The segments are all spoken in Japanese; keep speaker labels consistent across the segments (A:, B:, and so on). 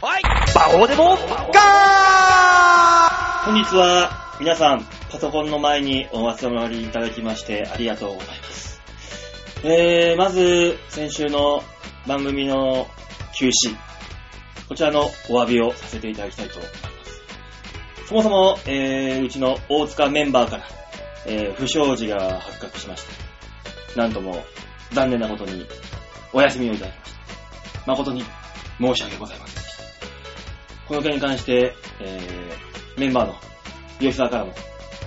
A: そうでも、ガー
B: 本日は皆さん、パソコンの前にお集まりいただきましてありがとうございます。えー、まず、先週の番組の休止、こちらのお詫びをさせていただきたいと思います。そもそも、えー、うちの大塚メンバーから、えー、不祥事が発覚しました。なんとも、残念なことに、お休みをいただきました。誠に申し訳ございませんでした。この件に関して、えー、メンバーの吉沢からも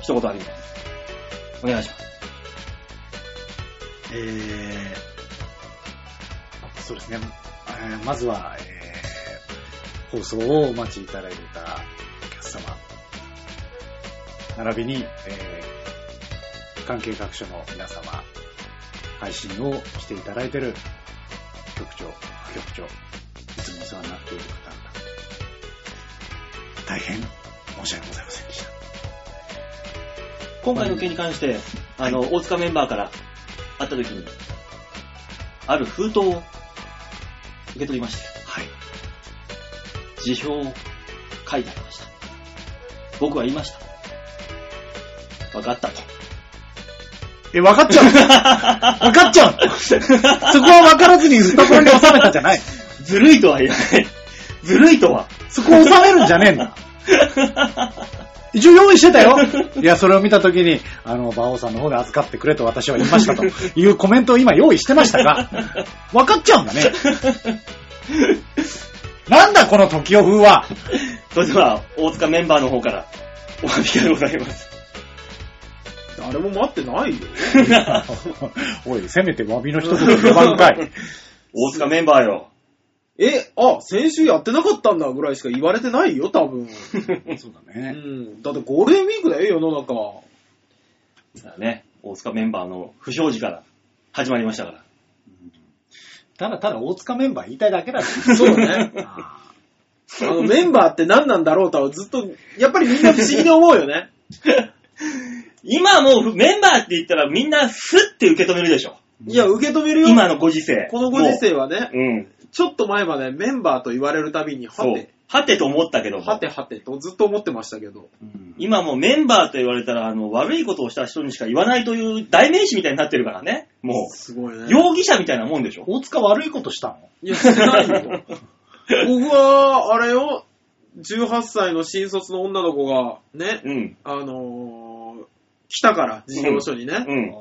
B: 一言あります。お願いします。
C: えー、そうですね。えーまずは、えー、放送をお待ちいただいたお客様、並びに、えー、関係各所の皆様、配信をしていただいている局長、副局長、いつもお世話になっている方々、大変申し訳ございませんでした。
B: 今回の件に関して、あの、大塚メンバーから会った時に、ある封筒を受け取りまして、
C: はい。
B: 辞表を書いてありました。僕は言いました。分かったと。
C: え、分かっちゃう分かっちゃうそこは分からずにずっとこれに収めたんじゃない
B: ずるいとは言わない。ずるいとは。
C: そこを収めるんじゃねえんだ。一応用意してたよ。いや、それを見たときに、あの、馬王さんの方で預かってくれと私は言いましたというコメントを今用意してましたが、分かっちゃうんだね。なんだこの時代風 は。
B: それでは、大塚メンバーの方からお詫びがございます。
A: 誰も待ってないよ。
C: おい、せめて詫びの一つで呼ばんかい。
B: 大塚メンバーよ。
A: え、あ、先週やってなかったんだぐらいしか言われてないよ、多分。
C: そうだ
A: う
C: ね。
A: ん。だってゴールデンウィークだよ、世の中。
B: だからね、大塚メンバーの不祥事から始まりましたから。
C: ただただ大塚メンバー言いたいだけだ
A: そうね。あの、メンバーって何なんだろうとはずっと、やっぱりみんな不思議に思うよね。
B: 今はもうメンバーって言ったらみんなスッて受け止めるでしょ。
A: いや、受け止めるよ。
B: 今のご時世。
A: このご時世はね、
B: もう。うん。
A: ちょっと前までメンバーと言われるたびに、は
B: そう
A: て、。
B: はてと思ったけども
A: はてはてとずっと思ってましたけど。
B: 今もうメンバーと言われたら、あの、悪いことをした人にしか言わないという代名詞みたいになってるからね。も、
A: すごいうね。
B: 容疑者みたいなもんでしょ。
C: 大塚悪いことしたの
A: いや、しないよ。僕は、あれよ、18歳の新卒の女の子が、ね、
B: うん。
A: あのー来たから、事業所にね。
B: うん。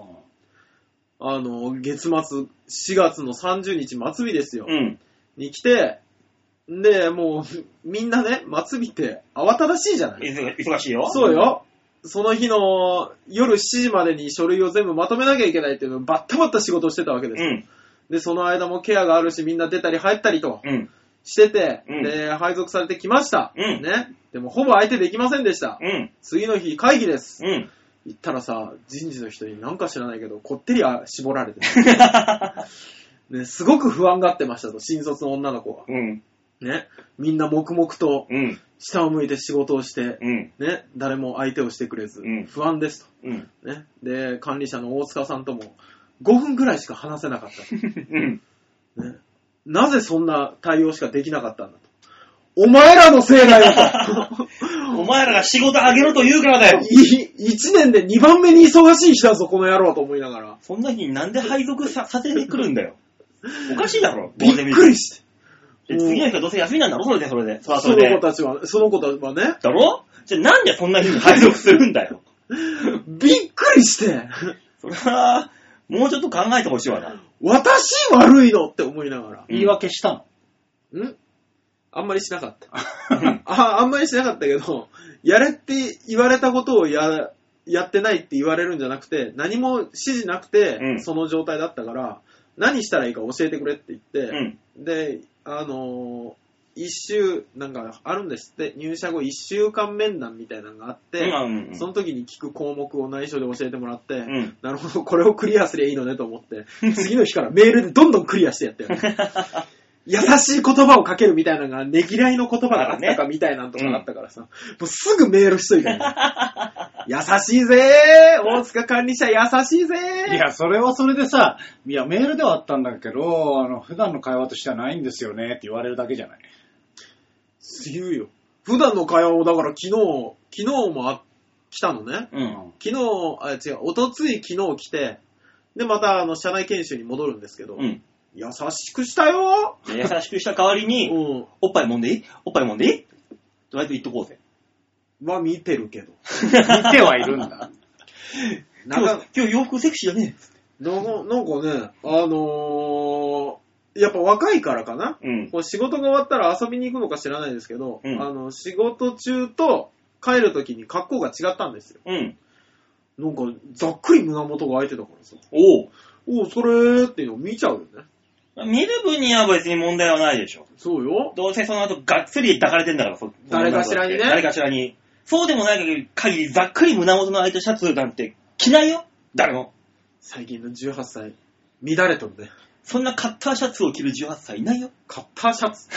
A: あのー月末、4月の30日末日ですよ。
B: うん。
A: に来て、で、もう、みんなね、末日って慌ただしいじゃない
B: いず忙しいよ。
A: そうよ。その日の夜7時までに書類を全部まとめなきゃいけないっていうのをバッタバッタ仕事をしてたわけです
B: う
A: よ。
B: ん。
A: で、その間もケアがあるし、みんな出たり入ったりと
B: うん。
A: してて、
B: うん
A: で、配属されてきました。
B: うん
A: ね。でも、ほぼ相手できませんでした。
B: うん。
A: 次の日、会議です。
B: うん。
A: 行ったらさ、人事の人になんか知らないけど、こってりあ絞られて、 ね、すごく不安がってましたと、新卒の女の子は。
B: うん。
A: ね。みんな黙々と
B: うん。
A: 下を向いて仕事をして、
B: うん。
A: ね、誰も相手をしてくれず
B: うん、
A: 不安ですと。
B: うん。
A: ね、で、管理者の大塚さんとも5分ぐらいしか話せな かった。
B: うん。
A: ね、なぜそんな対応しかできなかったんだと。お前らのせいだよと
B: お前らが仕事あげろと言うからだよ。
A: い !1 年で2番目に忙しい日だぞ、この野郎と思いながら。
B: そんな日になんで配属ささせてくるんだ よ。おかしいだろ、
A: びっくりして。
B: で次の日はどうせ休みなんだろ、それで、それで。それはそ
A: そ
B: れ
A: の子
B: で。
A: たちは、その子たちはね、
B: だろじゃあなんでそんな日に配属するんだよ。
A: びっくり して、
B: それは、もうちょっと考えてほしい わな。
A: 私悪いのって思いなが
C: 言い訳したの
A: ら。んあんまりしなかった。ああんまりしなかったけど、やれって言われたことをややってないって言われるんじゃなくて、何も指示なくて、
B: うん
A: その状態だったから、何したらいいか教えてくれって言って、
B: うん。
A: で、あのー一週、なんかあるんですって、入社後一週間面談みたいなのがあって、
B: うん
A: その時に聞く項目を内緒で教えてもらって、
B: うん。
A: なるほど、これをクリアすりゃいいのねと思って、次の日からメールでどんどんクリアしてやったよ ね。優しい言葉をかけるみたいなのが、ねぎらいの言葉があったかみたいなんとかあったからさ、もうすぐメールしとい て、ね、優しいぜー大塚管理者優しいぜー
C: いや、それはそれでさ、いや、メールではあったんだけど、あの、普段の会話としてはないんですよねって言われるだけじゃない。
A: 言うよ。普段の会話を、だから昨日、昨日もあ来たのね。
B: う。
C: うん
A: 昨日、あ、違う、おとつい昨日来て、で、また、あの、社内研修に戻るんですけど、
B: うん。
A: 優しくしたよ
B: で優しくした代わり
A: う
B: に、
A: ん。
B: おっぱい揉んでいいおっぱい揉んでいいとりあえず言っとこうぜ。
A: は見てるけど。
C: 見てはいるんだ。
A: な
B: 今
A: んか
B: 日、、今日洋服セクシーだね。
A: なんかなんかね、あのー、やっぱ若いからかな。
B: うん。
A: こう仕事が終わったら遊びに行くのか知らないですけど、
B: うん
A: あの、仕事中と帰る時に格好が違ったんですよ。
B: うん。
A: なんか、ざっくり胸元が開いてたからさ。
B: おう。
A: おう、それーっていうのを見ちゃうよね。
B: 見る分には別に問題はないでしょ。
A: そうよ。
B: どうせその後がっつり抱かれてんだから、そ
A: 誰かしらにね
B: 誰かしらに。そうでもない限り、ざっくり胸元の開いたシャツなんて着ないよ誰も。
A: 最近の18歳、乱れとるね。
B: そんなカッターシャツを着る18歳いないよ。
A: カッターシャ ツ。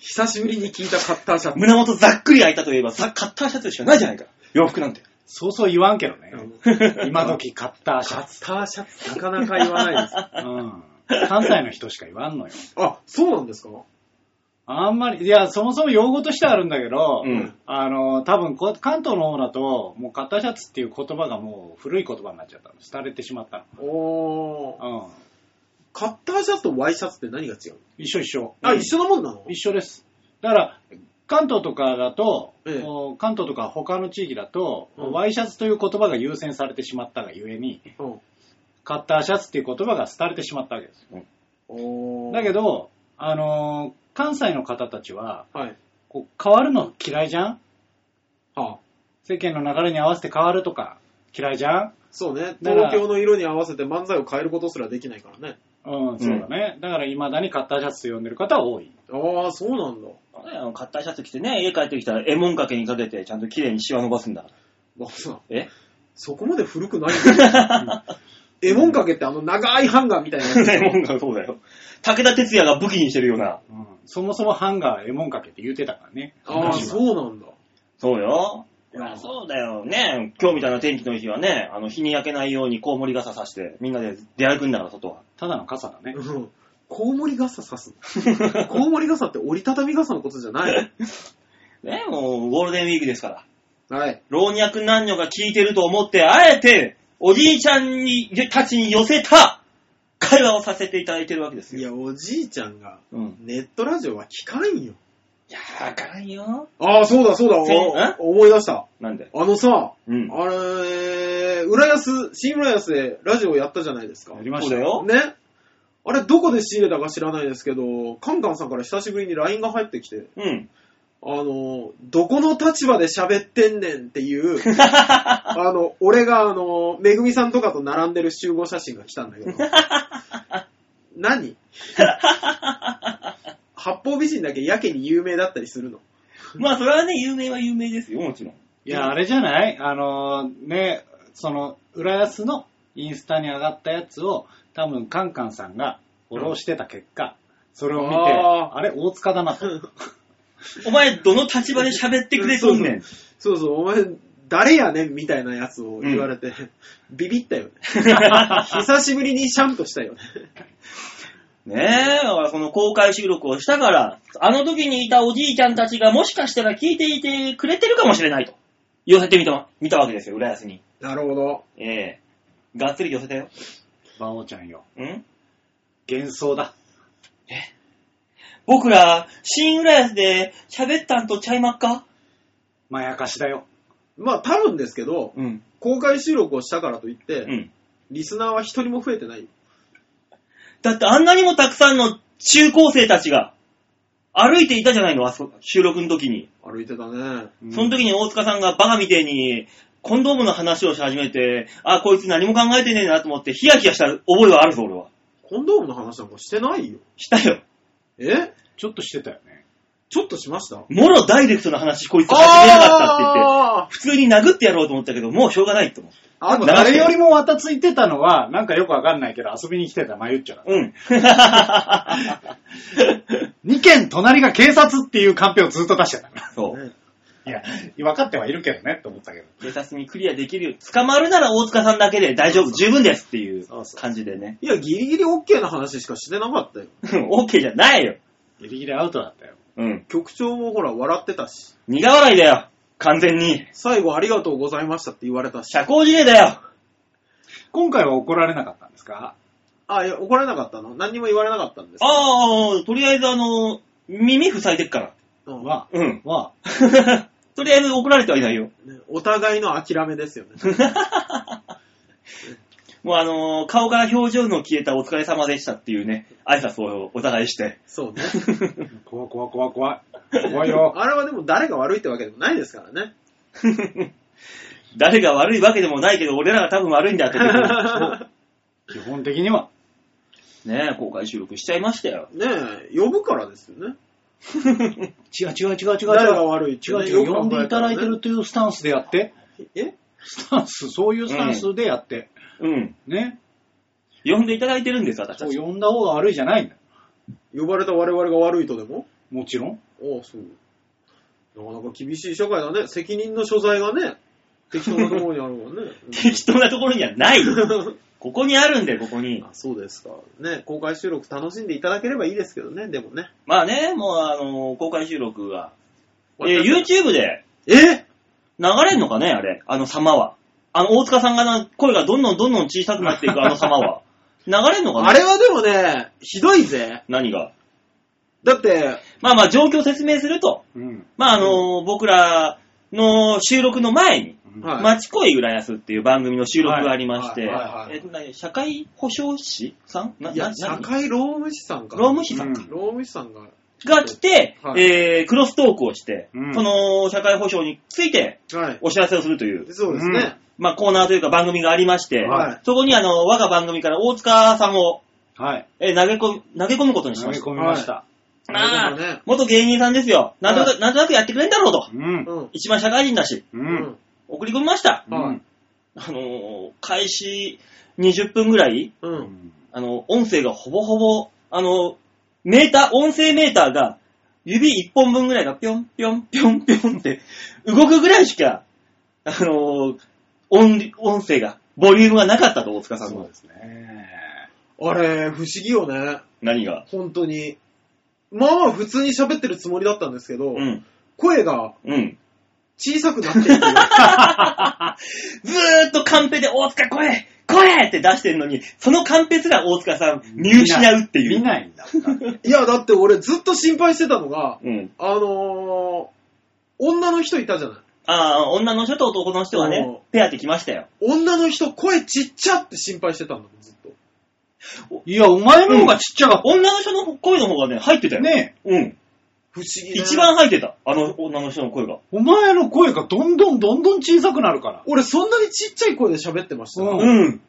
A: 久しぶりに聞いたカッターシャツ。
B: 胸元ざっくり開いたといえば、さカッターシャツしかないじゃないか。洋服なんて。
C: そうそう言わんけどね。
A: うん
C: 今時買ったシ
A: カ
C: ャツ。
A: ッターシャツ、なかなか言わないです。
C: うん。関西の人しか言わんのよ。
A: あ、そうなんですか
C: あんまり、いや、そもそも用語としてはあるんだけど、
B: うん
C: あの、多分こ関東の方だと、もう買ったシャツっていう言葉がもう古い言葉になっちゃったの。廃れてしまった
A: おー。
C: の。うん。
A: カッターシャツとワイシャツって何が違うの
C: 一緒一緒。
A: あ、
C: うん
A: 一緒のもんなの
C: 一緒です。だから、関東とかだと、
A: ええ
C: お関東とか他の地域だと、
A: うん
C: ワイシャツという言葉が優先されてしまったがゆえに、
A: うん。
C: カッターシャツっていう言葉が廃れてしまったわけです。
A: おー。
C: だけ、ど、あのー関西の方たちは、
A: はい。
C: こう変わるの嫌いじゃん
A: はあ、
C: 世間の流れに合わせて変わるとか嫌いじゃん
A: そうね。
C: だから
A: 東京の色に合わせて漫才を変えることすらできないからね。
C: うん、そうだね。だから未だにカッターシャツと呼んでる方は多い。
A: あー、そうなんだ。
B: あのカッターシャツ着てね、家帰ってきたら、絵文掛けにかけて、ちゃんと綺麗にシワ伸ばすんだから。
A: まあさ、
B: え
A: そこまで古くないん だうん絵文掛けってあの長いハンガーみたいなやつ。
B: 絵 文掛けそうだよ。武田鉄矢が武器にしてるような。
C: うん、そもそもハンガー、絵文かけって言ってたからね。
A: あー、
C: 昔は
A: そうなんだ。
B: そうよ。
A: いや
B: そうだよね。今日みたいな天気の日はね、あの、日に焼けないようにコウモリ傘さして、みんなで出歩くんだから、外は。
C: ただの傘だね。
A: うん。コウモリ傘さ すの。コウモリ傘って折りたたみ傘のことじゃない
B: ね、もう、ゴールデンウィークですから。
A: の。はい。
B: 老若男女が聞いてると思って、あえて、おじいちゃんに、たちに寄せた、会話をさせていただいてるわけです
A: い
B: よ。
A: や、おじいちゃんが
B: うん。
A: ネットラジオは聞かんよ。
B: いやー、あかんよ。
A: ああ、そうだそうだ
B: せんえ、
A: お思い出した。
B: なんで
A: あのさ、
B: うん。
A: あれ、浦安、新浦安でラジオやったじゃないですか。
C: や
A: ね。
C: りま
B: そう
C: し
B: だ
C: た
B: よ。
A: あれ、どこで仕入れたか知らないですけど、カンカンさんから久しぶりに LINE が入ってきて、
B: うん。
A: あの、どこの立場で喋ってんねんって いう、あの、俺があの、めぐみさんとかと並んでる集合写真が来たん だけど、何八方美人だけやけに有名だったりするの
B: まあ、それはね、有名は有名ですよ、もちろん。
C: いや、あれじゃないあのーね、その、浦安のインスタに上がったやつを、多分カンカンさんがフォローしてた結果、それを見て、
A: あ
C: あれ、大塚だなと。
B: お前、どの立場で喋ってくれとんねん。
A: そうそう、お前、誰やねんみたいなやつを言われて、ビビった よね。久しぶりにシャンとしたよね。
B: ねえ、だからその公開収録をしたから、あの時にいたおじいちゃんたちがもしかしたら聞いていてくれてるかもしれないと、寄せてみた、見たわけですよ、浦安に。
A: なるほど。
B: ええがっつり寄せたよ。
C: 馬王ちゃんよ。
B: ん
C: 幻想だ。
B: 僕ら、新浦安で喋ったんとちゃいまっか
C: まやかしだよ。
A: まあ多分ですけど、
B: うん。
A: 公開収録をしたからといって、
B: うん。
A: リスナーは一人も増えてないよ。
B: だってあんなにもたくさんの中高生たちが歩いていたじゃないの、あそ収録の時に。
A: 歩いてたね。
C: うん
B: その時に大塚さんがバカみてえに、コンドームの話をし始めて、あ、こいつ何も考えてねえなと思ってヒヤヒヤした覚えはあるぞ、俺は。
A: コンドームの話なんかしてないよ。
B: したよ。
A: え
C: ちょっとしてたよね。
A: ちょっとしました
B: もろダイレクトな話、こいつ始めやがったって言って、
A: あ
B: 普通に殴ってやろうと思ったけど、もうしょうがないと思って。
A: ーあ
C: でも
A: と
C: 誰
A: 誰よ
C: よ
A: り
C: りもわたついてたのは、なんかよくわかんないけど、遊びに来てたまゆっちょだ。
B: うん。
C: 2軒隣が警察っていうカンペをずっと出してたな。
B: そ
A: も
B: う。
A: ね、
C: いや、分かってはいるけどねって思ったけど。
B: 警察にクリアできるよ。捕まるなら大塚さんだけで大丈夫、十分ですっていう
C: そうそう
B: 感じでね。
A: いや、ギリギリ OK な話しかしてなかったよ。
B: OK じゃないよ。
C: ギリギリアウトだったよ。
B: うん。
A: 局長もほら、笑ってたし、
B: 苦笑いだよ。完全に。
A: 最後ありがとうございましたって言われたし、
B: 社交辞令だよ。
C: 今回は怒られなかったんですか
A: あ、いや、怒られなかったの何にも言われなかったんですあ、
B: ああ、とりあえずあの、耳塞いでっから。
A: うん
C: は、
B: うん。
C: は、
B: とりあえず怒られてはいないよ。
A: ねお互いの諦めですよ ね。
B: もうあのー顔から表情の消えたお疲れ様でしたっていうね、挨拶をお互いして。
A: そうね。
C: 怖い怖い怖い怖い。怖いよ。
A: あれはでも誰が悪いってわけでもないですからね。
B: 誰が悪いわけでもないけど、俺らが多分悪いんだって こと。
C: 基本的には。
B: ねえ、公開収録しちゃいましたよ。
A: ねえ、呼ぶからですよね。
C: 違う違う違う違う違う。
A: 誰が悪いって
C: 違う
A: ね、
C: 違う。
A: よく
C: 呼ん
A: 考え
C: でい
A: た
C: た
A: ら
C: だ
A: ね
C: いてるというスタンスでやって。
A: え
C: スタンス、そういうスタンスでやって。
B: うん。
C: ね。
B: 呼んでいただいてるんです、私
C: そ
B: た
C: う、
B: ち。
C: 呼んだ方が悪いじゃないんだよ。
A: 呼ばれた我々が悪いとでも
C: もちろん。
A: ああ、そう。なかなか厳しい社会だね。責任の所在がね、適当なところにあるもん ね。
B: 適当なところにはないよここにあるんだよ、ここ
A: うん
B: に。
A: あそうですか。ね、公開収録楽しんでいただければいいですけどね、でもね。
B: まあね、もうあのー公開収録は。えー YouTube で
A: え
B: 流れんのかね、あれ。あの様は。あの、大塚さんがな声がどんどんどんどん小さくなっていくあの様は。流れんのかな
A: あれはでもね、ひどいぜ。
B: 何が
A: だって、
B: まあまあ、状況を説明すると。
C: うん。
B: まあ、あのー僕らの収録の前に、
A: はい
B: 町恋浦安っていう番組の収録がありまして、
A: はいはいはいはい
B: えっと何社会保障士さんない
A: や、
B: な
A: 社
B: 何
A: 会労務士さんか。
B: 労務士さん
C: うん
A: 労務士さんが。
B: が来て、
A: はい
B: えー、クロストークをして、
C: うん
B: その社会保障について
A: はい。
B: お知らせをするという、
A: そうですね。
B: まあ、コーナーというか番組がありまして、
A: はい
B: そこにあの、我が番組から大塚さんを、
C: はい。
B: えー投げ込み、投げ込むことにし
C: 投
B: ま
C: げ
B: した。
C: 込みました。
A: な
B: ま
A: る
B: あ、
A: ほどね
B: 元芸人さんですよ。なんとなく、なんとなくやってくれんだろうと。
C: うん。
A: うん。
B: 一番社会人だし、
C: う。。
A: うん
B: 送り込みました。
C: う
A: はい
C: ん。
B: あのー開始20分ぐらい、
A: う。
C: うんん
B: あの、音声がほぼほぼ、あの、メーター、音声メーターが、指一本分ぐらいがぴょんぴょんぴょんぴょんって、動くぐらいしか、あのー音、音声が、ボリュームがなかったと、大塚さん
C: そう
B: の
C: で。すね。
A: あれ、不思議よね。
B: 何が
A: 本当に。まあまあ普通に喋ってるつもりだったんですけど、
B: うん。
A: 声が
B: うん。
A: 小さくなっていく。
B: ずーっとカンペで、大塚声声って出してんのに、そのカンペすら大塚さん、見失うっていう。
C: 見ないんだ。
A: いや、だって俺ずっと心配してたのが、
B: うん。
A: あのー、女の人いたじゃない。
B: ああ、女の人と男の人はね
A: そ、
B: ペアってきましたよ。
A: 女の人声ちっちゃって心配してたんだもん、ずっと。
C: いや、お前の方がちっちゃかっ
B: 女の人の声の方がね、入ってた
C: た。
B: よ。。
C: ねえ。
B: うん。
A: 不思議ね
B: 一番入ってた。あの女の人の声が。
C: お前の声がどんどんどんどん小さくなるから。
A: 俺そんなにちっちゃい声で喋ってました。
C: うん
B: うん。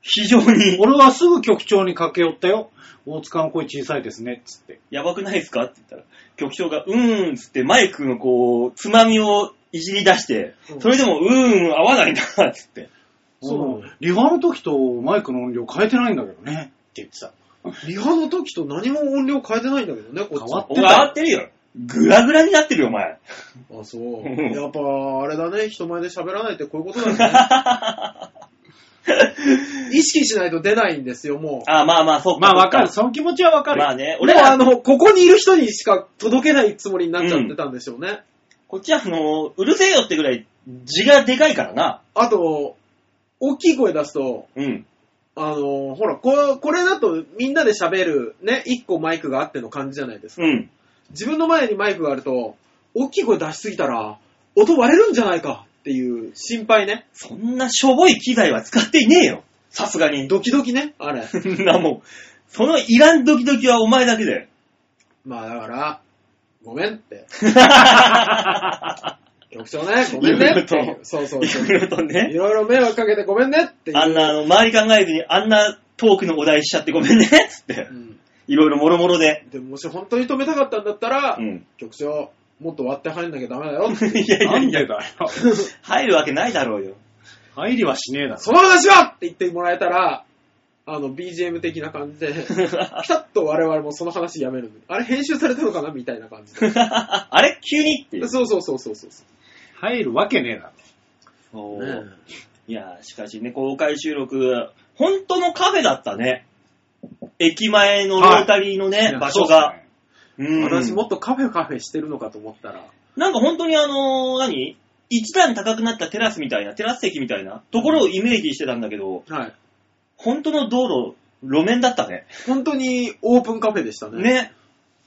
B: 非常に、
C: 俺はすぐ局長に駆け寄ったよ。大塚の声小さいですね、つって。
B: やばくないですかって言ったら、局長が、うーんっつってマイクのこう、つまみをいじり出して
A: う、ん
B: それでも、うーん、合わないな、つって。
A: そうなの
C: リハの時とマイクの音量変えてないんだけどね。って言ってた。
A: リハの時と何も音量変えてないんだけどね、こっち
C: 変わ
A: は
C: っ。
B: お前、合ってるよ。グラグラになってるよ、お前。
A: あ、そう。やっぱ、あれだね、人前で喋らないってこういうことだね。意識しないと出ないんですよ、もう。
B: あ、まあまあ、そう
C: まあわかる。。その気持ちはわかる。
B: まあね、俺
A: 俺は、あ
B: は、
A: の、ここにいる人にしか届けないつもりになっちゃってたんでしょうね。
B: こっちは、あの、うるせえよってぐらい、字がでかいからな。
A: あと、大きい声出すと、
B: うん。
A: あの、ほら、ここれだとみんなで喋る、ね、一個マイクがあっての感じじゃないですか。
B: うん。
A: 自分の前にマイクがあると、大きい声出しすぎたら、音割れるんじゃないかっていう心配ね。
B: そんなしょぼい機材は使っていねえよ。さすがに。
A: ドキドキね、あれ。
B: そんなもう、そのいらんドキドキはお前だけだよ。
A: まあだから、ごめんって。 局長ね、ごめんねって
B: いろい
A: い
B: ろ
A: う。
B: と
A: そうそう
B: い
A: そう。
B: ろいろと
A: い
B: ね。
A: ろいろ迷惑かけてごめんねっていう。
B: あんな、あの、周り考えずに、あんなトークのお題しちゃってごめんね、つって
A: う。ん。
B: いろいろもろもろで。
A: でももし本当に止めたかったんだったら、
B: うん。
A: 局長、もっと割って入んなきゃダメだよって。
B: いやい
C: な
B: や
C: ん
B: いや、
C: でだよ。
B: 入るわけないだろうよ。
C: 入りはしねえだろ。
A: その話はって言ってもらえたら、あの、BGM 的な感じで、ピタッと我々もその話やめる。あれ編集されたのかなみたいな感じ で。
B: あれ急にっていう。
A: そうそうそうそうそう。
C: 入るわけねえだ
B: そう
A: ね
B: いや、しかしね、公開収録、本当のカフェだったね。駅前のロータリーのね、
A: はい
C: ろ。
B: 場所が。
C: そうっすね。
B: うん
A: 私もっとカフェカフェしてるのかと思ったら、
B: なんか本当にあのー何一段高くなったテラスみたいな、テラス席みたいなところをイメージしてたんだけど、
A: はい。
B: 本当の道路、路面だったね。
A: 本当にオープンカフェでしたね。
B: ね。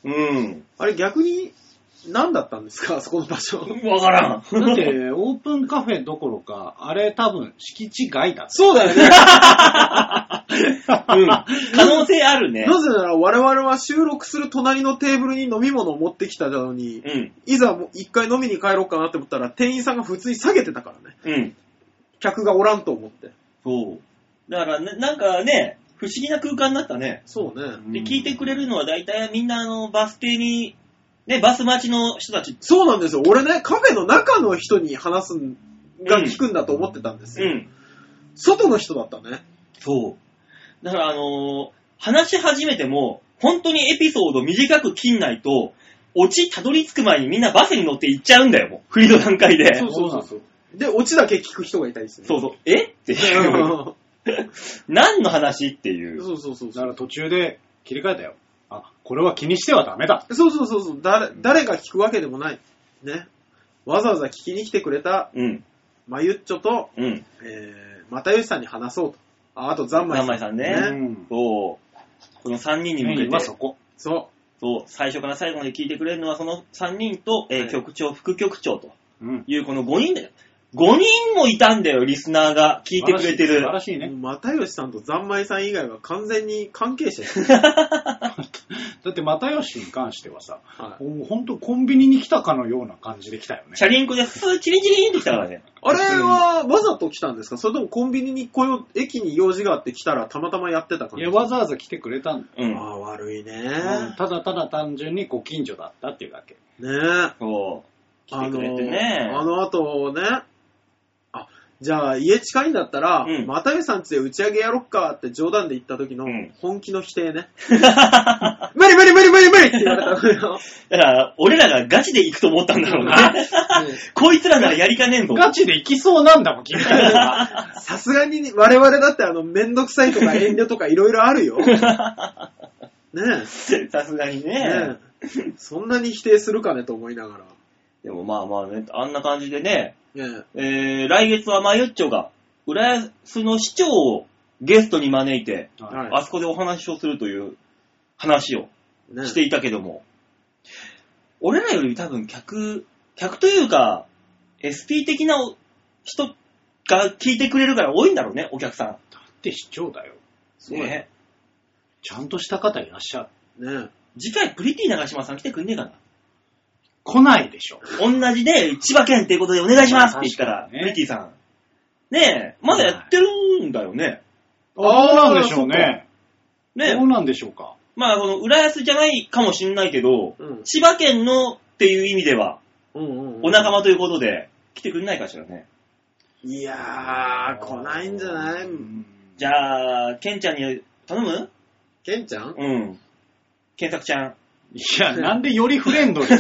B: うん。
A: あれ逆に、何だったんですかあそこの場所。
B: わからん。
C: だって、オープンカフェどころか、あれ多分敷地外だっ
A: そうだよね。
B: うん。可能性あるね。
A: なぜなら我々は収録する隣のテーブルに飲み物を持ってきたのに、
B: うん。
A: いざもう一回飲みに帰ろうかなって思ったら店員さんが普通に下げてたからね。
B: うん。
A: 客がおらんと思って。
B: そう。だからな、なんかね、不思議な空間になったね。
A: そうね。
B: で、聞いてくれるのは大体みんなあの、バス停に、ね、バス待ちの人たち。
A: そうなんですよ。俺ね、カフェの中の人に話すんが聞くんだと思ってたんですよ。
B: ん。
A: 外の人だったね。
B: そう。だからあのー話し始めても、本当にエピソード短く切んないと、オチたどり着く前にみんなバスに乗って行っちゃうんだよ、もう。振りの段階で。
A: そうそうそうそう。で、オチだけ聞く人がいたりする。
B: そうそう。えっていう。何の話って
A: う
B: い
A: ん
B: う。
A: そうそうそう
C: だか
A: そ
C: ら
A: う。
C: 途中で切り替えたよ。あ、これは気にしてはダメだ。
A: そうそうそうそう誰。誰が聞くわけでもない。ね。わざわざ聞きに来てくれた
B: うん。
A: マユッチョと、
B: うん。
A: えー、またよしさんに話そうと。あ、あと、ざんまい
B: 三
A: さん。
B: 枚さんね。
C: ん。
B: そう。この3人に向けて
C: は、そこ。
A: そ
B: そう、最初から最後まで聞いてくれるのは、その3人と、えー
A: はい。
B: 局長、副局長と
C: うん。
B: いう、この5人だよ。5人もいたんだよ、リスナーが。聞いてくれて
C: 素晴
B: る。
C: らしいうね。
A: またよしさんとざんまいさん以外は完全に関係者 です。
C: だって、又吉に関してはさ、
A: はい
C: 本当コンビニに来たかのような感じで来たよね。
B: チャリンコで、スーチリンチリンと来たからね。
A: あれはわざと来たんですかそれともコンビニに来よう、駅に用事があって来たらたまたまやってた感
C: い
A: じ
C: や、わざわざ来てくれたんだよ。
B: う
A: あ
B: ん。
A: あ、悪いね。
C: うんただただ単純にご近所だったっていうだけ。
A: ね
B: そう。来
A: あ
B: てく
A: の
B: れてね。
A: あの後ね、あ、じゃあ家近いんだったら、
B: うん
A: またよしさんちで打ち上げやろっかって冗談で言った時の
B: うん
A: 本気の否定ね。 無理無理無理無理無理って言われたの よ。
B: だから、俺らがガチで行くと思ったんだろうね。 こいつらならやりかねえんぞ。
C: ガチで行きそうなんだもん、君たち は。
A: さすがに我々だってあの、めんどくさいとか遠慮とかいろいろあ るよ。ね
B: さすがに
A: え。
B: ね
A: ね。え。そんなに否定するかねと思いながら。
B: でもまあまあね、あんな感じでね、
A: ね
B: えー、来月はマユッチョが、浦安の市長をゲストに招いて、
A: は
B: あそこでお話をするという話を
A: え。ねえ
B: していたけども、俺らより多分客、客というか、SP 的なお人が聞いてくれるから多いんだろうね、お客さん。
C: だって市長だよ。
A: そうだよ
B: ね
C: ちゃんとした方いらっしゃる。
A: ね
B: 次回、プリティ長島さん来てくんねえかな。
C: 来ないでしょ。
B: 同じで、千葉県っていうことでお願いしますって言ったら、
C: 確かに
B: プ
C: ね
B: リティさん。ねえ、まだやってるんだよね。
A: あ
C: ど
A: ー
C: うなんでしょうね。
B: ね
C: どうなんでしょうか。
B: まあ、この、浦安じゃないかもしんないけど、
A: え。うん。
B: 千葉県のっていう意味では、
A: うんうんうん
B: お仲間ということで、来てくんないかしらね。
A: いやー、来ないんじゃない
C: うん
B: じゃあ、ケンちゃんに頼む
A: ケンちゃん
B: うん。ケンタクちゃん。
C: いや、なんでよりフレンドリ ー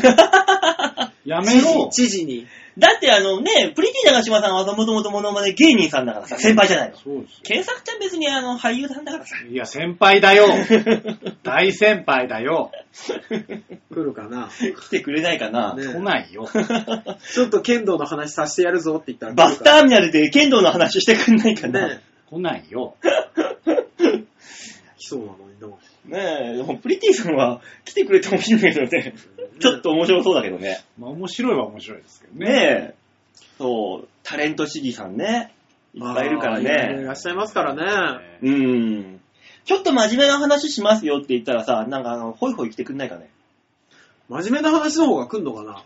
C: やめろ。
A: 知事に。
B: だってあのね、プリティ長島さんはもともとモノマネ芸人さんだからさ、先輩じゃないの。
C: そうです
B: ケンタクちゃん別にあの、俳優さんだからさ。
C: いや、先輩 だよ。大先輩だよ。
A: 来るか な。
B: 来てくれないかな。
A: ね
C: 来ないよ。
A: ちょっと剣道の話させてやるぞって言ったら
B: バスタ
A: ー
B: ーミナルで剣道の話してくんないかな。
A: ね
B: ね
C: 来ないよ。
A: 来そうなのにな。
B: え、でもプリティさんは来てくれてもいいんだけどね。ちょっと面白そうだけどね。
C: まあ、面白いは面白いですけどね。
B: ねえ。そう、タレント市議さんね。いっぱいいるか
A: まあ
B: ら
A: いろいろい
B: ね。
A: らっしゃいますからね。
C: え
B: う
C: ー
B: ーん。ちょっと真面目な話しますよって言ったらさ、なんかあの、ホイホイ来てくんないかね。
A: 真面目な話の方が来んのかな。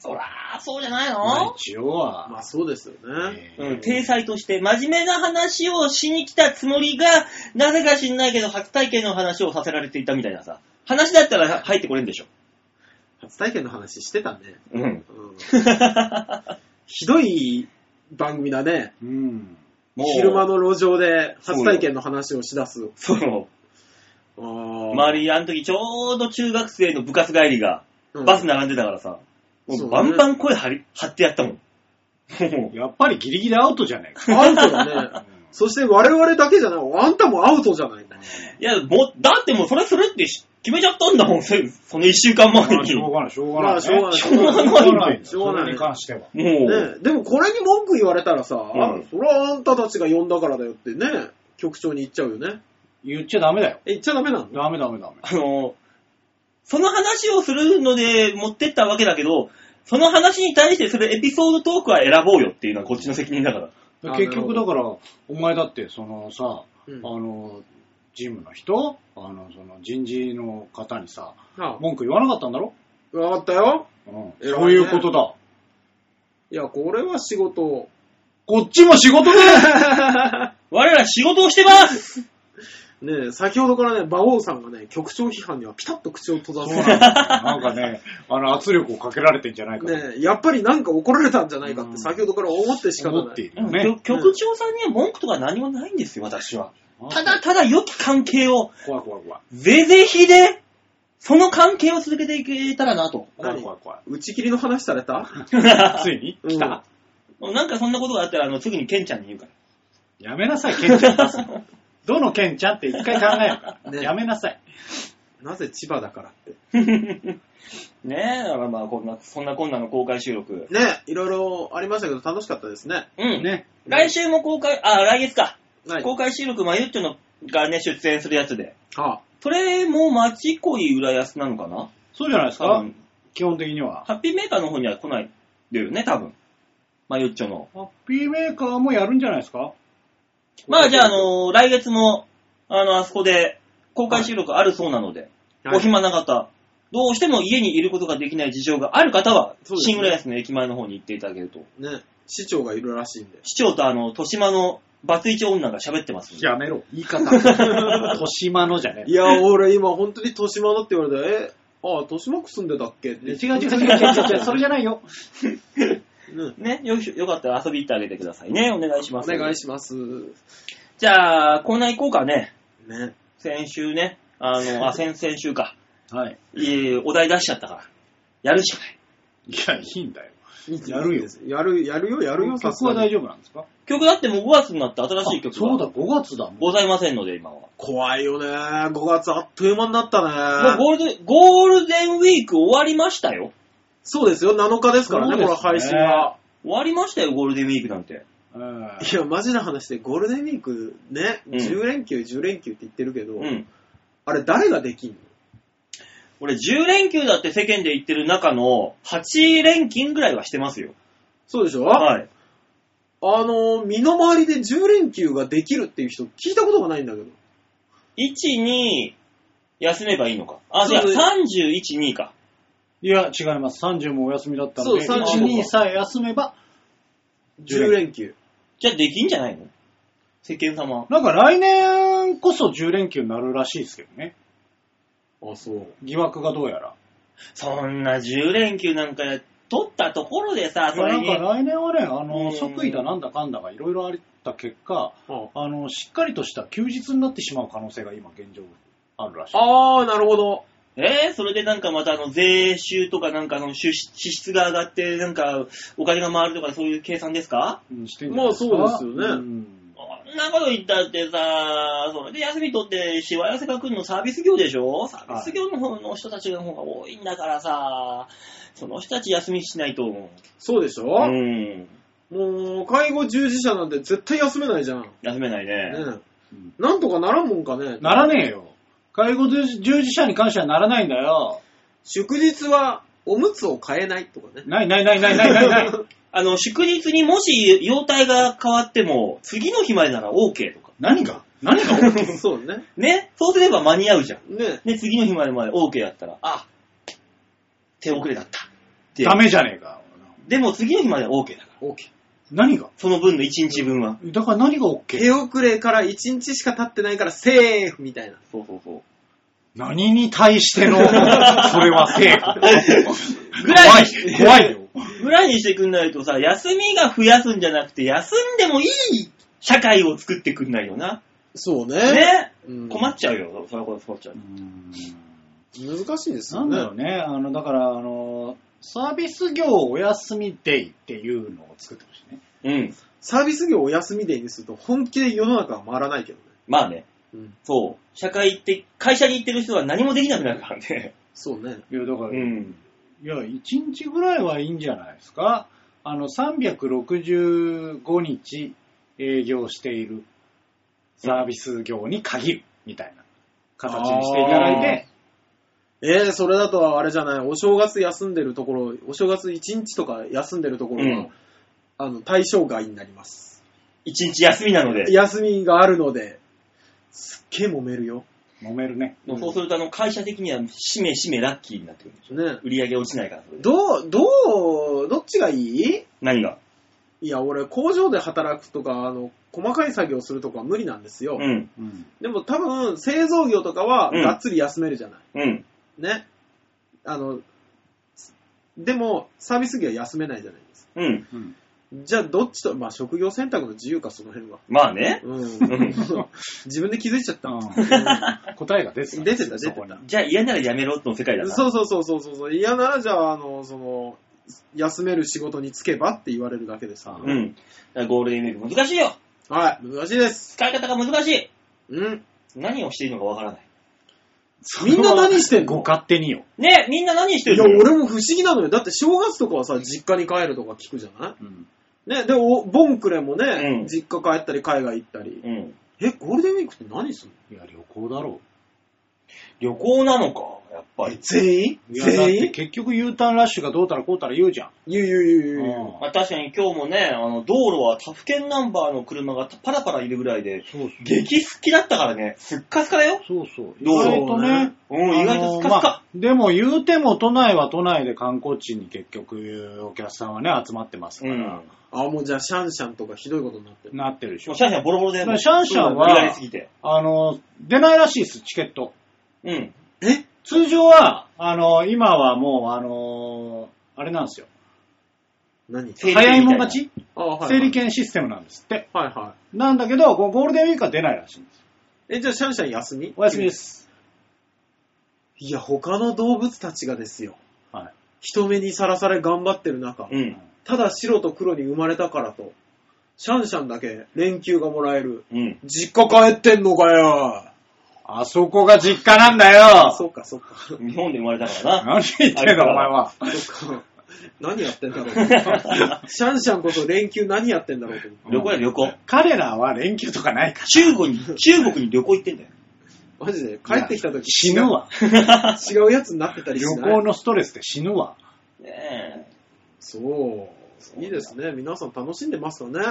B: そらー、そうじゃない
C: まあ、一応
A: ま
C: は、
A: あそうですよね。
C: えー
B: うん、体裁として、真面目な話をしに来たつもりが、なぜか知んないけど、初体験の話をさせられていたみたいなさ。話だったら入ってこれんでしょ。
A: 初体験の話してたね。
B: うん。
A: うん、ひどい番組だね。
C: うん。
B: も
A: 昼間の路上で初体験の話をしだす。
B: そう。
A: あー
B: 周り、あの時ちょうど中学生の部活帰りが、
A: うん
B: バス並んでたからさ、も
A: そうう
B: バ
A: だね
B: ンバ ン声張り張ってやったもん。もう
C: やっぱりギリギリアウトじゃないか。
A: アウトだね。そして我々だけじゃない。あんたもアウトじゃないか。
B: いや、もう、だってもうそれするってし決めちゃったんだもん、そその一週間前に。
C: しょう
B: も
C: がない、しょうが
A: ま
C: ない、
A: あ、しょうがない。
B: しょうがない
A: しょうが
C: そ
A: な
C: れ
A: い
C: に。関しては。
B: う、
A: ね、でもこれに文句言われたらさ、
B: ん
A: あそれはあんたたちが呼んだからだよってね、局長に言っちゃうよね。
C: 言っちゃダメだよ。
A: え、言っちゃダメなの
C: ダメダメダメ。
B: あの、その話をするので持ってったわけだけど、その話に対してするエピソードトークは選ぼうよっていうのはこっちの責任だから。
A: あ
C: 結局だから、お前だって、そのさ、
A: うん
C: あの、ジムの人あの、その人事の方にさ、
A: あ
C: 文句言わなかったんだろ
A: わかったよ。
C: うん。
A: 偉いね
C: そういうことだ。
A: いや、これは仕 事。
C: こっちも仕事だよ
B: 我ら仕事をしてます
A: ねえ先ほどからね、馬王さんがね、局長批判にはピタッと口を閉ざ
C: そう
A: す。
C: なんだよなんかね、あの圧力をかけられてんじゃないかと
A: ねえやっぱりなんか怒られたんじゃないかっ
C: う
A: て
C: ん
A: 先ほどから思ってしか
C: 思っ
A: な
C: て
A: い。
C: いるよね。
B: 局長さんには文句とか何もないんですよ、私は。
C: あ
B: ただただ良き関係を、
C: 怖い怖い怖い。
B: ぜぜひで、その関係を続けていけたらなと。
C: 怖い怖い怖い。
A: 打ち切りの話された
C: ついに来た、
B: なんかそんなことがあったら、あの、すぐにケンちゃんに言うから。
C: やめなさい、ケンちゃん出すの。どのケンちゃんって一回考えるから。
A: ね
C: やめなさい。
A: なぜ千葉だからって。
B: ねえ、だからまあ、こんな、そんなこんなの公開収録。
A: ねえいろいろありましたけど楽しかったですね。
B: うん。
C: ね。
B: 来週も公開、あ、来月か。
A: はい。
B: 公開収録、まあ、ゆっちょのがね、出演するやつで。
A: はあ、
B: それも町恋浦安なのかな
C: そうじゃないです
B: 多
C: か
B: 分。
C: 基本的には。
B: ハッピーメーカーの方には来ないだよね、多分。まあ、ゆっちょの。
C: ハッピーメーカーもやるんじゃないですか
B: まあ、じゃあ、あのー来月も、あの、あそこで公開収録あるそうなので、
A: はい
B: お暇な方、どうしても家にいることができない事情がある方は、
A: そうですね
B: 新浦安の駅前の方に行っていただけると。
A: ね市長がいるらしいんで。
B: 市長とあの、豊島のバツイチ女が喋ってますんで。
C: やめろ。言 い方。豊島のじゃね え
A: い。や、俺今本当に豊島だって言われて、え、ああ、豊島区住んでたっけって。
C: 違う違う違う 違う違う、それじゃないよ。
A: ね
B: ね、よし、よかったら遊び行ってあげてくださいね。お願いし
A: お
B: ます。
A: 願いします。
B: じゃあ、コーナー行こうかね。
A: ね。
B: 先週ね、あの、あ、先々週か。
C: はい。
B: いえお題出しちゃったから。やるしかない。
C: いや、いいんだよ。
A: や
C: やるよ。
A: やる、やるよ、やるよ、さす
C: 曲
A: が
C: は
A: に
C: 大丈夫なんですか
B: 曲だってもう5月になって新しい曲
C: あそうだ、
B: が
C: 5月だもん。
B: ございませんので、今は。も
A: 怖いよね。5月あっという間になった
B: う
A: ね。
B: ゴールデン、ゴールデンウィーク終わりましたよ。
A: そうですよ、7日ですからね、
C: そうです
A: こ
C: ね
A: れ配信が。
B: 終わりましたよ、ゴールデンウィークなんて。
C: うん
A: いや、マジな話で、ゴールデンウィークね、
B: うん
A: 10連休、10連休って言ってるけど、
B: うん。
A: あれ誰ができんの
B: 俺、10連休だって世間で言ってる中の8連勤ぐらいはしてますよ。
A: そうでしょ、
B: はい。
A: あのー、身の回りで10連休ができるっていう人聞いたことがないんだけど。
B: 1、2、休めばいいのか。あ、じゃあ
A: そうそう
B: 31、2か。
C: いや、違います。30もお休みだったので、
A: そう
B: 30
C: 1、2さえ休めば、
A: 10連休。
B: じゃあできんじゃないの世間様。
C: なんか来年こそ10連休になるらしいですけどね。
A: あ、そう。
C: 疑惑がどうやら。
B: そんな10連休なんか取ったところでさ、それ
C: なん
B: に。
C: か来年はね、あ
B: う
C: の、
B: ん
C: 即位だなんだかんだがいろいろあった結果、
A: あ
C: あの、しっかりとした休日になってしまう可能性が今現状あるらしい。
A: あー、なるほど。
B: えーそれでなんかまたあの税収とかなんかあの出支出が上がってなんかお金が回るとかそういう計算ですか
C: うんしてんじゃないか
A: まあそうですよね
B: そ
C: ん
B: んなこと言ったってさ、それで休み取ってしわ寄せが来るのサービス業でしょサービス業の方の人たちの方が多いんだからさ、その人たち休みしないと。う
A: そうでしょ、
B: ん。
A: もう、介護従事者なんて絶対休めないじゃん。ね
B: 休めないね。
A: えなんとかならんもんかね。
C: ならねえよ。介護従事者に関してはならないんだよ。
A: 祝日はおむつを変えないとかね。
C: ないないないないないない ない。
B: あの、祝日にもし容態が変わっても、次の日までなら OK とか。
C: 何が何が
A: そうね。
B: ねそうすれば間に合うじゃん。
A: ね
B: ね、次の日までまで OK だったら、あ、手遅れだった。で
C: ダメじゃねえか。
B: でも次の日までは OK だから。
A: OK。
C: 何が
B: その分の1日分は。
C: だから何が OK?
A: 手遅れから1日しか経ってないからセーフみたいな。
B: そうそうそう。
C: 何に対しての、それはセーフ。
B: ぐらいに
C: 怖い、怖いよ。
B: ぐらいにしてくんないとさ、休みが増やすんじゃなくて、休んでもいい社会を作ってくんないよな。
A: そうね。
B: ね
A: うん
B: 困っちゃうよ。それこそ困っちゃう
C: う。ん
A: 難しいです
C: な
A: よ
C: ん
A: ね。
C: だろうね、あの、だから、あの、サービス業お休みデイっていうのを作ってほしいね。
B: うん。
A: サービス業をお休みデーにすると本気で世の中は回らないけどね。
B: まあね、
A: うん。
B: そう。社会って、会社に行ってる人は何もできなくなるからね。
A: そうね。
C: いや、だから、
B: う
C: い
B: ん。
C: や、1日ぐらいはいいんじゃないですか。あの、365日営業しているサービス業に限る、みたいな形にしていただいて、
A: えー、それだとあれじゃない、お正月休んでるところ、お正月1日とか休んでるところが、
B: うん
A: あの、対象外になります。
B: 一日休みなので。
A: 休みがあるので、すっげえ揉めるよ。
C: 揉めるね。
B: もうそうすると、あの、会社的には、しめしめラッキーになってくるんでしょ。
A: ね。
B: 売り上げ落ちないから、それで。
A: どう、どう、どっちがいい
B: 何が
A: いや、俺、工場で働くとか、あの、細かい作業するとかは無理なんですよ。
B: うん。
C: うん。
A: でも多分、製造業とかは、
B: うん
A: がっつり休めるじゃない。
B: うん。
A: ね。あの、でも、サービス業は休めないじゃないですか。
B: うん。
C: うん。
A: じゃあ、どっちと、まあ、職業選択の自由か、その辺は。
B: まあね。
A: うん
B: ん。
A: 自分で気づいちゃった。
C: 答えが出て た。
A: 出てた
C: そこに
A: 出て
B: じゃあ嫌ならやめろの世界だな。
A: そうそうそうそうそうそう。嫌なら、じゃあ、あの、その、休める仕事に就けばって言われるだけでさ。
C: う
B: うん。だからゴールデンウィーク難しいよ
A: はい、難しいです。
B: 使い方が難しい
A: うん。
B: 何をしていいのかわからない。
A: みんな何してんの
C: ご勝手によ。
B: ねみんな何し
A: い
B: てる
A: や、
B: の
A: 俺も不思議なのよ。だって正月とかはさ、実家に帰るとか聞くじゃないね、で、お盆くれもね、
B: うん
A: 実家帰ったり、海外行ったり。
B: うん。
A: え、ゴールデンウィークって何すんの
C: いや、旅行だろ
B: 旅行なのか、やっぱり。
A: 全員
C: う。いや、だっ
A: 全
C: て
A: 員
C: 結局 U ターンラッシュがどうたらこうたら言うじゃん。
A: 言う言う言う言う。
B: まあ、確かに今日もね、あの、道路は他府県ナンバーの車がパラパラいるぐらいで、
C: そうそう。
B: 激好きだったからね、すっかすかだよ。
C: そうそう。意
B: どうぞ
C: 外とね。
B: うん、意外とすっかす
C: ま
B: か
C: あ。でも言うても都内は都内で観光地に結局お客さんはね、集まってますか
B: うん。
C: ら、
B: も
A: あ、もうじゃあ、シャンシャンとかひどいことになってる。
C: なってるでしょ
B: う。シャンシャンボロボロだよ。
C: シャンシャンは
B: 言われすぎて。
C: あの、出ないらしいです、チケット。
B: うん。
A: え
C: 通常は、あの、今はもう、あの、あれなんですよ。
A: 何
B: 整理券みたいな
C: 早いもん勝ち
A: あ、はい。
C: 整理。券システムなんですって。
A: はいは
C: なんだけど、こうゴールデンウィークは出ないらしいんですよ。
A: い。え、じゃあ、シャンシャン休み
C: お休みで。す。
A: いや、他の動物たちがですよ。
C: は
A: 人目にさらされ頑張ってる中、
B: う
C: い。
B: ん。
A: ただ白と黒に生まれたからと、シャンシャンだけ連休がもらえる。
B: うん。
A: 実家帰ってんのかよ。
C: あそこが実家なんだ
A: あ、そ
C: よ
A: っかそっか。
B: 日本で生まれたからな。
C: 何言ってんだお前は。
A: そっか。何やってんだ ろう。シャンシャンこそ連休何やってんだろうと思って。
B: 旅行や旅行。
C: 彼らは連休とかないから。
B: 中国に、中国に旅行行ってんだよ。
A: マジで帰ってきた時
C: 死ぬわ。
A: 違うやつになってたり
C: 旅
A: しない
C: 行のストレスで死ぬわ。
B: ね
A: そう。いいですね。皆さん楽しんでますかね。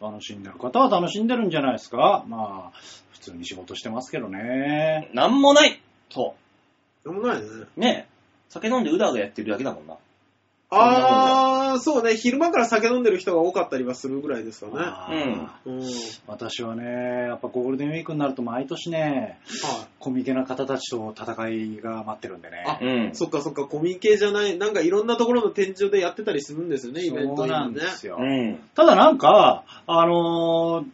C: 楽しんでる方は楽しんでるんじゃないですか。まあ、普通に仕事してますけどね。
B: え。なんもない。そ
A: でもないね。
B: う。ねえ。酒飲んでうだうだやってるだけだもんな。
A: あー、そうね。昼間から酒飲んでる人が多かったりはするぐらいですか
C: あ
B: うん
C: ー
A: ね。うん。はい。
C: 私はね、やっぱゴールデンウィークになると毎年ね、コミケな方たちと戦いが待ってるんでね。
A: あ
B: うん。
A: そっかそっか、コミケじゃない、なんかいろんなところの展示場でやってたりするんですよね、イベン
C: そ
A: ト
C: うな
A: 今
C: ん
A: ね
C: で。すよ。
B: うん。
C: ただなんか、あのー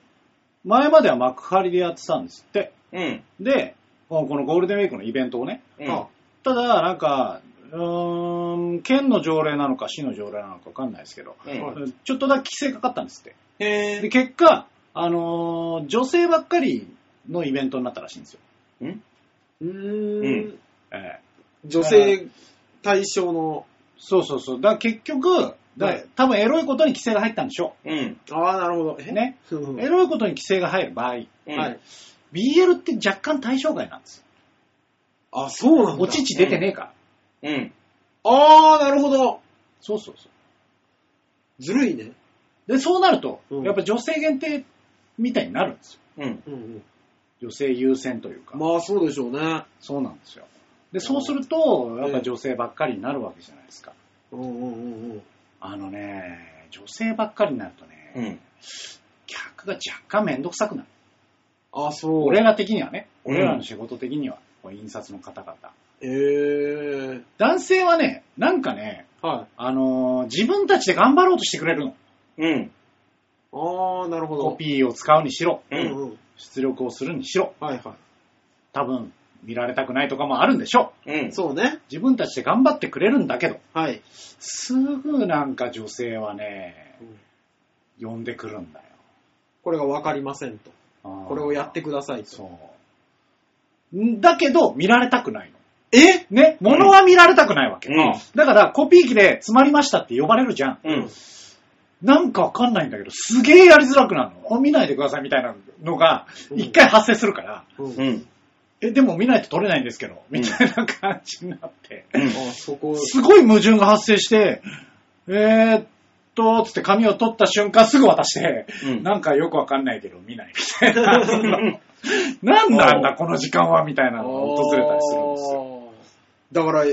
C: 前までは幕張でやってたんですって。
B: うん。
C: で、このゴールデンウィークのイベントをね、
B: うん。
A: あ
C: ただ、なんか、うーん、県の条例なのか市の条例なのかわかんないですけど、
B: うん
A: は
C: ちょっとだけ規制かかったんですって。
B: へ
C: で、
B: ぇ
C: 結果、あのー女性ばっかりのイベントになったらしいんですよ。
A: うー。
B: うん
C: ええ
A: 女性対象の、
C: そうそうそう。だから結局、だ
A: はい
C: 多分エロいことに規制が入ったんでしょ
B: うん。
A: あー、なるほど。え
C: う。ね。
A: うん
C: エロいことに規制が入る場合、
B: うん
A: はい。
C: BL って若干対象外なんですよ。
A: あ、そうなんだ。
C: おちち出てねえから。
B: うん。
A: あー、なるほど。
C: そうそうそう。
A: ずるいね。
C: で、そうなると、
A: うん
C: やっぱ女性限定みたいになるんですよ。
B: うん。
A: うんうん。
C: 女性優先というか。
A: まあ、そうでしょうね。
C: そうなんですよ。で、そうすると、やっぱ女性ばっかりになるわけじゃないですか。
A: うんうんうんうん。
C: あのね、女性ばっかりになるとね、
B: うん。
C: 客が若干めんどくさくなる。
A: あ、そう。
C: 俺ら的にはね、
B: うん
C: 俺らの仕事的には、こう印刷の方々。
A: えー。
C: 男性はね、なんかね、
A: はい。
C: あのー自分たちで頑張ろうとしてくれるの。
B: うん。
A: あー、なるほど。
C: コピーを使うにしろ、
B: う
A: うん
B: ん。
A: うん。
C: 出力をするにしろ、
A: はいは
C: 多分見られたくないとかもあるんでしょう。
B: うん
A: い。。そうね。
C: 自分たちで頑張ってくれるんだけど、
A: はい。
C: すぐなんか女性はね、呼んでくるんだよ。
A: これがわかりませんと。これをやってくださいと。
C: そう。んだけど、見られたくないの。
A: え
C: ね、物は見られたくないわけ。
B: うん
C: だから、コピー機で詰まりましたって呼ばれるじゃん。
B: うん。
C: なんかわかんないんだけど、すげえやりづらくなるの。あ見ないでくださいみたいなのが、
A: うん
C: 一回発生するから、
A: うん
B: うん。
C: え、でも見ないと取れないんですけど、
B: うん
C: みたいな感じになって、
B: うん。
A: あそこ、
C: すごい矛盾が発生して、えーっと、つって紙を取った瞬間すぐ渡して、
B: うん
C: なんかよくわかんないけど見ないみたいな、そ のなんなんだこの時間はみたいなのが訪れたりするんです
A: あ
C: よ。
A: ーだから、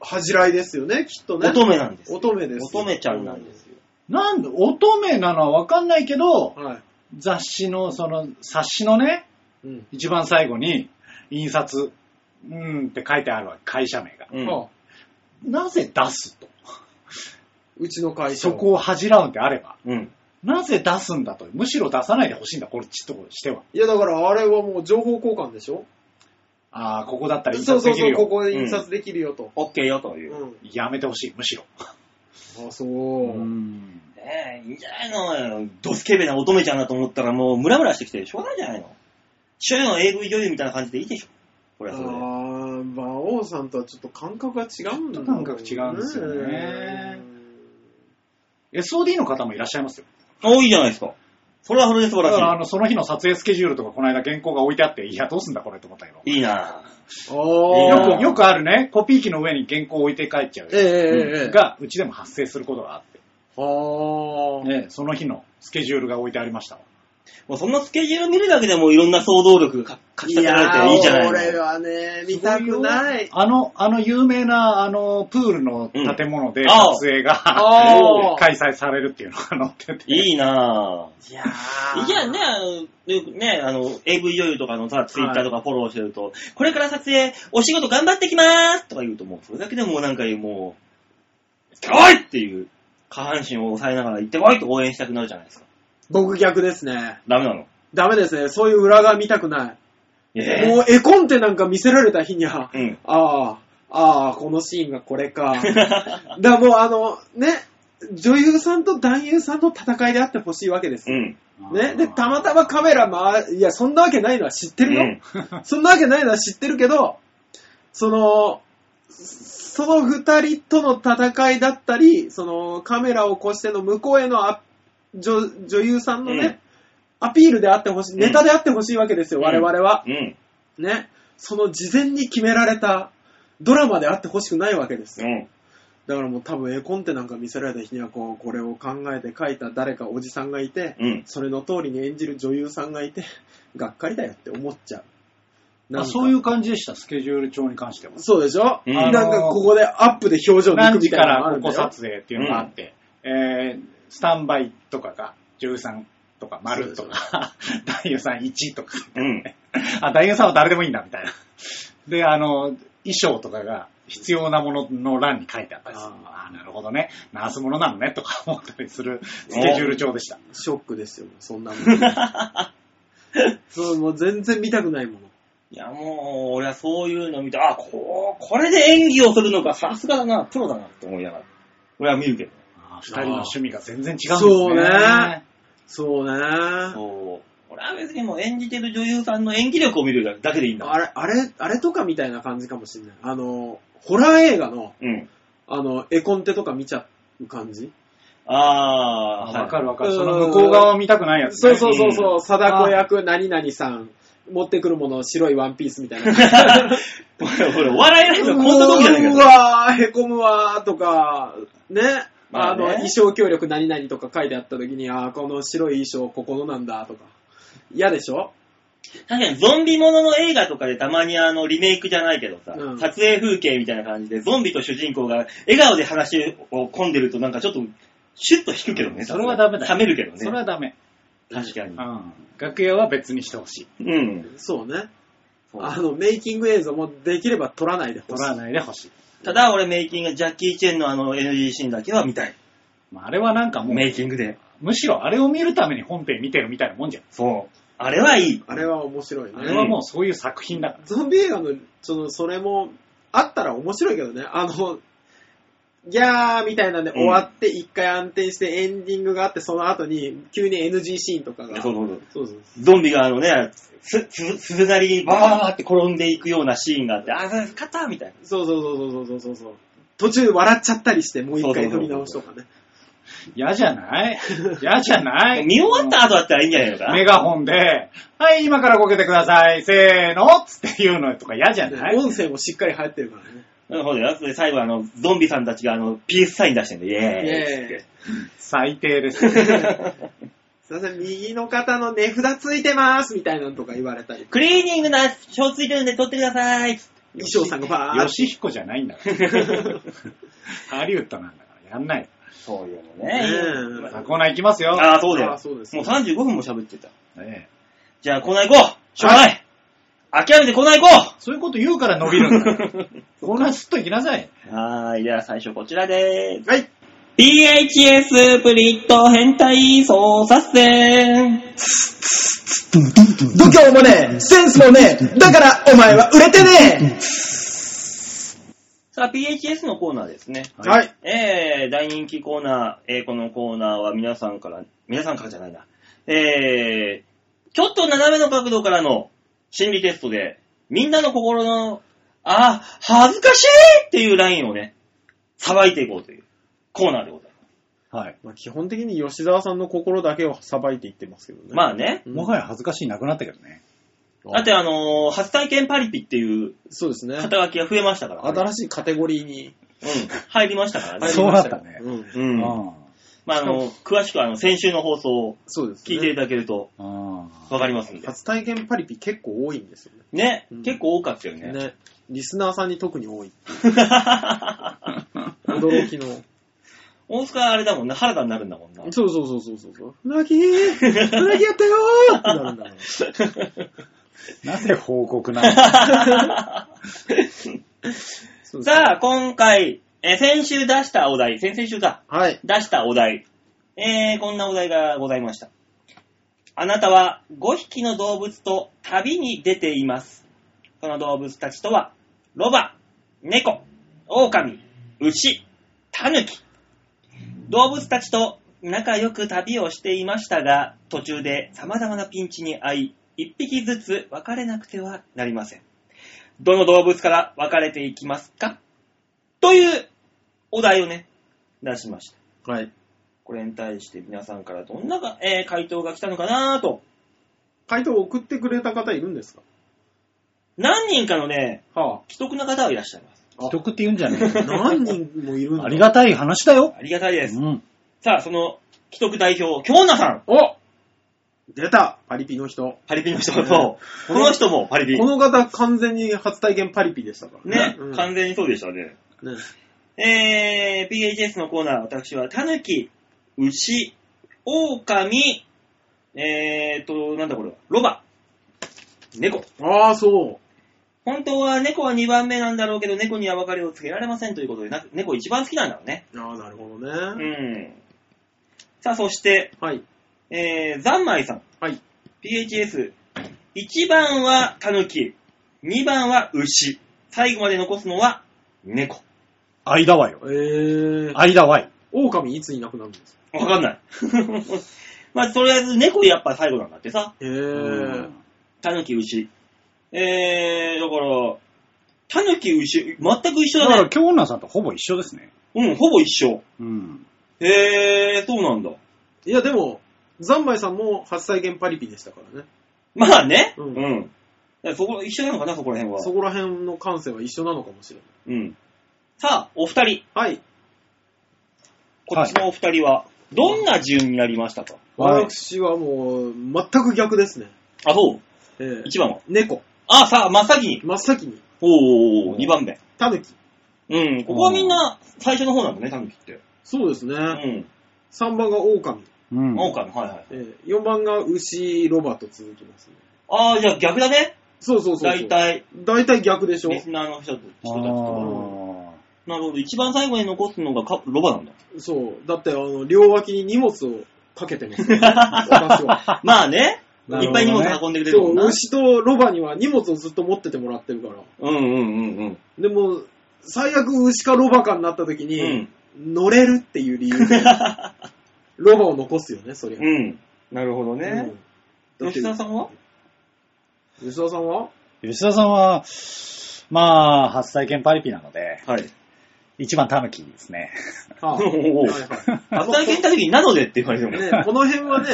A: 恥じらいですよね、きっとね。
B: 乙女なんです。
A: 乙女です。
B: 乙女ちゃんなんですよ。
C: なんで、乙女なのはわかんないけど、
A: は
C: 雑誌の、その、冊子のね、
A: い。うん。
C: 一番最後に、印刷、うんって書いてあるわけ、会社名が。
B: うん。
A: あ
C: なぜ出すと。
A: うちの会社
C: そ
A: は
C: こを恥じらうんであれば。
B: うん。
C: なぜ出すんだと。むしろ出さないでほしいんだ、こっちとしては。
A: いや、だからあれはもう情報交換でしょ
C: ああ、ここだったら印
A: そう
C: 刷
A: そ
C: で
A: う
C: き
A: そう、
C: る
A: こ
C: よ。
A: こで印刷できるよと。
B: オッケーよと
A: う
B: い
A: ん。
B: う。
C: やめてほしい、むしろ。
A: あ、そうう。
C: ん。
B: ねえ、いいんじゃないのドスケベな乙女ちゃんだと思ったらもうムラムラしてきてしょうがないじゃないの。初代の AV 女優みたいな感じでいいでしょ。これ
A: あ
B: はそれで。
A: ー、馬王さんとはちょっと感覚が違うんだ
C: ちょっと感覚違うんですよね SOD の方もいらっしゃいますよ。
B: おいいじゃないですか。それはそれで素晴
C: だから、あ
B: ら
C: の、その日の撮影スケジュールとか、この間原稿が置いてあって、いや、どうすんだこれと思ったけど
B: し。い。いい
A: あ
B: ないや
A: ー
C: よく、よくあるね、コピー機の上に原稿を置いて帰っちゃう
A: ええ
C: や
A: ええええ
C: つが、うちでも発生することがあって。
A: あー
C: ねその日のスケジュールが置いてありましたわ。
B: もうそんなスケジュール見るだけでもいろんな想像力がかき立てられていいじゃないの。
A: 俺はね、見たくない。
C: あの、あの有名な、あの、プールの建物で
B: うん
C: 撮影が、
A: ああ
C: 開催されるっていうのが載ってて。
B: いいなぁ。
A: いや
B: いやね、あの、よくね、あの、AV 女優とかのさ、ツイッターとかフォローしてると、これから撮影、お仕事頑張ってきまーすとか言うと、もう、それだけでもうなんか、もう、来いっていう、下半身を抑えながら行ってこいと応援したくなるじゃないですか。
A: 僕逆ですね。
B: ダメなの。
A: ダメですね。そういう裏側見たくない。
B: え
A: もう絵コンテなんか見せられた日には、
B: ぇ、うん。
A: ああ、ああ、このシーンがこれ か。だからもうあの、ね、女優さんと男優さんの戦いであってほしいわけです
B: う
A: よ。
B: ん。
A: ね、で、たまたまカメラ回、いや、そんなわけないのは知ってるよ。そんなわけないのは知ってるけど、その、その二人との戦いだったり、そのカメラを越しての向こうへのア女女優さんのね、アピールであってほしい、
B: うん
A: ネタであってほしいわけですよ、
B: うん
A: 我々は。
B: うん。
A: ね。その事前に決められたドラマであってほしくないわけです
B: う
A: よ。
B: ん。
A: だからもう多分絵コンテなんか見せられた日にはこう、これを考えて書いた誰かおじさんがいて、
B: うん。
A: それの通りに演じる女優さんがいて、 がっかりだよって思っちゃう。
C: ま
A: な
C: あ
A: んか
C: そういう感じでした、スケジュール帳に関しては。
A: そうでしょ、
B: うん
A: なんかここでアップで表情抜
C: 何
A: くみ
C: 時
A: た
C: か
A: いなのあ
C: ら
A: るんだ
C: ここ
A: よ。
C: 撮影っていうのがあって、えー、スタンバイとかが13とか丸とか、 男優さん1とか、
B: うん。
C: あ、男優さんは誰でもいいんだみたいな。で、あの、衣装とかが必要なものの欄に書いてあったりする。ああー、なるほどね。ナースものなのね、とか思ったりするスケジュール帳でした。
A: ショックですよ、そんなもの。 そう、もう全然見たくないもの。
B: いや、もう、俺はそういうの見て、あ、こう、これで演技をするのか、さすがだな、プロだなって思いながら。俺は見るけど。
C: あー二人の趣味が全然違うんですね。
A: そうねそうね。あ
B: そう。俺は別にもう演じてる女優さんの演技力を見るだけでいいんだもん。
A: れ、あれ、あれとかみたいな感じかもしれない。あの、ホラー映画の、
B: うん。
A: あの、絵コンテとか見ちゃう感じ。
B: あ
C: あ
B: ー、
C: わか
B: る。
C: るわかる。その向こう側を見たくないやつ、ね。
A: そうそうそうそう、貞子役何々さん、持ってくるもの白いワンピースみたいな。
B: 俺、お笑いライブは こんな時じゃないけ
A: う
B: ど。
A: わー、へこむわーとか、ね。
B: ま
A: あ
B: あね
A: の、衣装協力何々とか書いてあった時に、あーこの白い衣装ここのなんだとか。嫌でしょ
B: 確かにゾンビものの映画とかでたまにあの、リメイクじゃないけどさ、
A: うん
B: 撮影風景みたいな感じで、ゾンビと主人公が笑顔で話を込んでるとなんかちょっと、シュッと引くけどね。
C: それはダメだよ
B: 冷めるけどね。
C: それはダメ。
B: 確かに
C: う。ん。楽屋は別にしてほしい。
B: うん。
A: そうね。
B: そう
A: あの、メイキング映像もできれば撮らないでほ
C: 取
A: し
C: ら
A: い。
C: ないでほしい。
B: ただ俺メイキング、ジャッキー・チェンのあの NG シーンだけは見たい。
C: まあ、あれはなんかもう、
B: メイキングで。
C: むしろあれを見るために本編見てるみたいなもんじゃん。
B: そう。あれはいい。
A: あれは面白い
C: あ
A: ね。
C: れはもうそういう作品だから。
A: ゾンビ映画の、その、それも、あったら面白いけどね。あの、ギャーみたいなんで
B: ん
A: 終わって、一回暗転してエンディングがあって、その後に急に NG シーンとかが。
B: そう
A: そう
B: そうそう
A: そうそう。
B: ゾンビがあのね、す、す、鈴なりにバーって転んでいくようなシーンがあって、あー、勝ったみたいな。
A: そうそうそうそうそうそうそう。途中笑っちゃったりして、もう一回
B: そ
A: 撮
B: うそうそうそう
A: り直しとかね。
C: 嫌じゃない嫌じゃない
B: 見終わった後だったらいいんじゃないのかな
C: メガホンで、はい、今からこけてください、せーのつって言うのとか嫌じゃない
A: 音声もしっかり入ってるからね。
B: なるほどよ。で最後あの、ゾンビさんたちがあの、ピースサイン出してんで、イ
A: イ
B: エーイっつっ
A: ェーイ
B: て。
C: 最低 ですね。
A: すいません、右の肩の値札ついてますみたいなのとか言われたり。
B: クリーニングの表ついてるんで取ってくださいっつって
A: 衣装さんがバーッ
C: 吉彦じゃないんだから。ハリウッドなんだから、やんない。
B: そういうの
A: ね
C: さあ、コーナー行きますよ。
B: ああ、そう
A: あ
B: だよ
A: ー。そうです
B: もう35分も喋ってた。
C: ねえ
B: じゃあ、コーナー行こうしょうがない諦めてコーナー行こ
C: そういうこと言うから伸びるん だよコーナーすっと行きなさい。。
B: うはーい、では最初こちらでーす。
A: はい。
B: PHS プリット変態操作戦
A: 度胸もねえ、センスもねえ、だからお前は売れてね
B: さあ、PHS のコーナーですね。
A: えはいい。
B: えー、大人気コーナー、えー、このコーナーは皆さんから、皆さんからじゃないな。えー、ちょっと斜めの角度からの心理テストで、みんなの心の、あー、恥ずかしいっていうラインをね、さばいていこうというコーナーでございま
C: はい。
A: まあ、基本的に吉沢さんの心だけをさばいていってますけどね。
B: す。まあね。
A: うん
C: もはや恥ずかしいなくなったけどね。
B: だってあのー初体験パリピっていう
A: そうですね。
B: 肩書きが増えましたから。
A: 新しいカテゴリーに
B: うん。入りましたからね。
A: 入
C: そ
A: り
C: う
A: ましたよ
C: そうだったね
A: うん
B: うん。まあ、あの、詳しくはあの、先週の放送を
A: そうですね。
B: 聞いていただけると
C: うん。
B: わかりますんで。
A: 初体験パリピ結構多いんですよ
B: ね
A: うん、
B: 結構多かったよ
A: ね。
B: ね。
A: ね。リスナーさんに特に多いっていう。驚きの。
B: 大塚はあれだもんな、原田になるんだもんな。
A: そうそうそうそうそうそう。うなぎーうなぎやったよーってなるんだろう。
C: なぜ報告 なの
A: そうそう
B: さあ、今回、えー先週出したお題、先々週か、
A: はい。
B: 出したお題、えー、こんなお題がございました。あなたは5匹の動物と旅に出ています。その動物たちとは、ロバ、猫、狼、牛、タヌキ。動物たちと仲良く旅をしていましたが、途中で様々なピンチに遭い、一匹ずつ別れなくてはなりません。どの動物から別れていきますかというお題をね、出しました。
A: はい。
B: これに対して皆さんからどんなが、えー回答が来たのかなと。
A: 回答を送ってくれた方いるんですか
B: 何人かのね、
A: は
B: 既得な方はいらっしゃいます。
C: 既得って言うんじゃねえ
A: あ。
C: よ
A: 何人もいるんだ
C: ありがたい話だよ。
B: ありがたいです。
C: うん。
B: さあ、その既得代表、京奈さん。
A: お出たパリピの人。
B: パリピの人
A: ね
B: と、この人もパリピ
A: こ。の方完全に初体験パリピでしたから
B: ね、
A: うん
B: 完全にそうでしたね。
A: ね
B: えー、PHS のコーナー、私は、タヌキ、牛、狼、えーと、なんだこれは、ロバ、猫。
A: ああ、そう。
B: 本当は猫は2番目なんだろうけど、猫には別れをつけられませんということで、な猫一番好きなんだろうね。
A: ああ、なるほどね。
B: うん。さあ、そして、
A: はい。
B: えー、ざんまいさん。
A: はい。
B: PHS。1番はたぬき、2番は牛、最後まで残すのは猫。
C: 間はよ。
A: えー、
C: 間はい。
A: 狼いついなくなるんですか
B: わかんない。 まあ、とりあえず猫やっぱ最後なんだってさ。
A: へえ
C: う
A: ー
C: ん。
B: たぬき、牛。えー、だから、たぬき、牛、全く一緒
C: だか
B: だね
C: ら、。京奈さんとほぼ一緒ですね。
B: うん、ほぼ一緒。
C: うん。
B: へー、そうなんだ。
A: いや、でも、ザンバイさんも初体験パリピでしたからね。
B: まあね。
A: う
B: うんん。だからそこ、一緒なのかな、そこら辺は。
A: そこら辺の感性は一緒なのかもしれ
B: うん。さあ、お二人、
A: ない。はい。
B: こっちのお二人は、どんな順になりましたか、
C: はい
A: 私はもう、全く逆ですね。
B: あ、そう。
A: えー
B: 一番は。
A: 猫。
B: あ、さあ、真っ先に。
A: 真っ先に。
B: おー、
C: おー
B: 二番目。
A: タヌキ。
B: うん、ここはみんな、最初の方なんだね、タヌキって。
A: そうですね。
B: うん。
A: 3番が狼。
C: うん。
B: オオカミ、はいはい。
A: えー、4番が牛、ロバと続きますね。
B: あー、じゃあ逆だね。
A: そうそうそうそう。
B: 大。体、
A: 大体逆でしょ。
B: リスナーの人と、人たち
C: あ
B: と。なるほど、一番最後に残すのがかロバなんだ。
A: そう。だって、あの、両脇に荷物をかけてます、 ね。私は。
B: まあね、
C: なる
B: いっ
C: ほど
B: ぱ
C: ね
B: い荷物運んでくれる
A: そ
B: もん
A: う、
B: な。
A: 牛とロバには荷物をずっと持っててもらってるから。
B: うんうんうんうん。
A: でも、最悪牛かロバかになった時
B: う
A: に
B: ん、。
A: 乗れるっていう理由 で、ロバを残すよね、そりゃ。
B: うん。なるほどね。
A: うん。だって
B: 吉田さんは
A: 吉田さん は
C: 吉田さんは、まあ、初体験パリピなので、
B: はい。
C: 一番タヌキですね。
A: はあ
B: おー
A: はいはい
B: 初体験行った時になのでって言われても。
A: ねこの辺はね、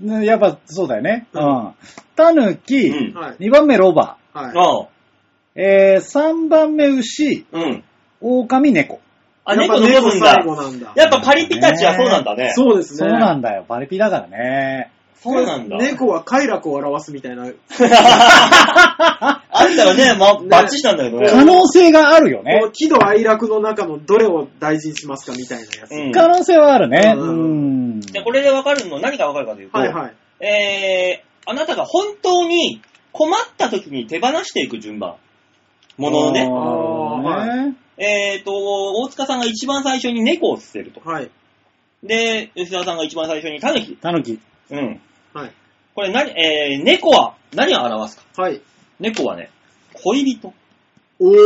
C: ねやっぱそうだよね。
A: う
C: うんん。タヌキ、
B: うん
A: はい。
C: 2番目ロバ、
A: はい。
B: ああ。
C: えー、3番目牛、
B: うん。
C: 狼猫。
B: あ、
A: やっぱ
B: 猫残すんだ
A: 猫最。後なんだ。
B: やっぱパリピたちはそうなんだね。
A: そうですね。
C: そうなんだよ。パリピだからね。
B: そうなんだ。
A: 猫は快楽を表すみたいな。こ
B: あんたはね、ま、
A: ね
B: バッチしたんだけど
A: う
B: ね。
C: 可能性があるよね
A: の。喜怒哀楽の中のどれを大事にしますかみたいなやつ。
B: うん。
C: 可能性はあるね。
A: う
C: うんん。
B: じゃあこれでわかるの、何がわかるかというと、
A: はいはい。
B: えー、あなたが本当に困った時に手放していく順番。ものをね。
C: あーなるほどね。
B: えーと、大塚さんが一番最初に猫を捨てると。
A: はい。
B: で、吉田さんが一番最初にタヌキ。
C: タヌキ。
B: うん。
A: はい。
B: これ何、えー、猫は何を表すか
A: はい。
B: 猫はね、恋人。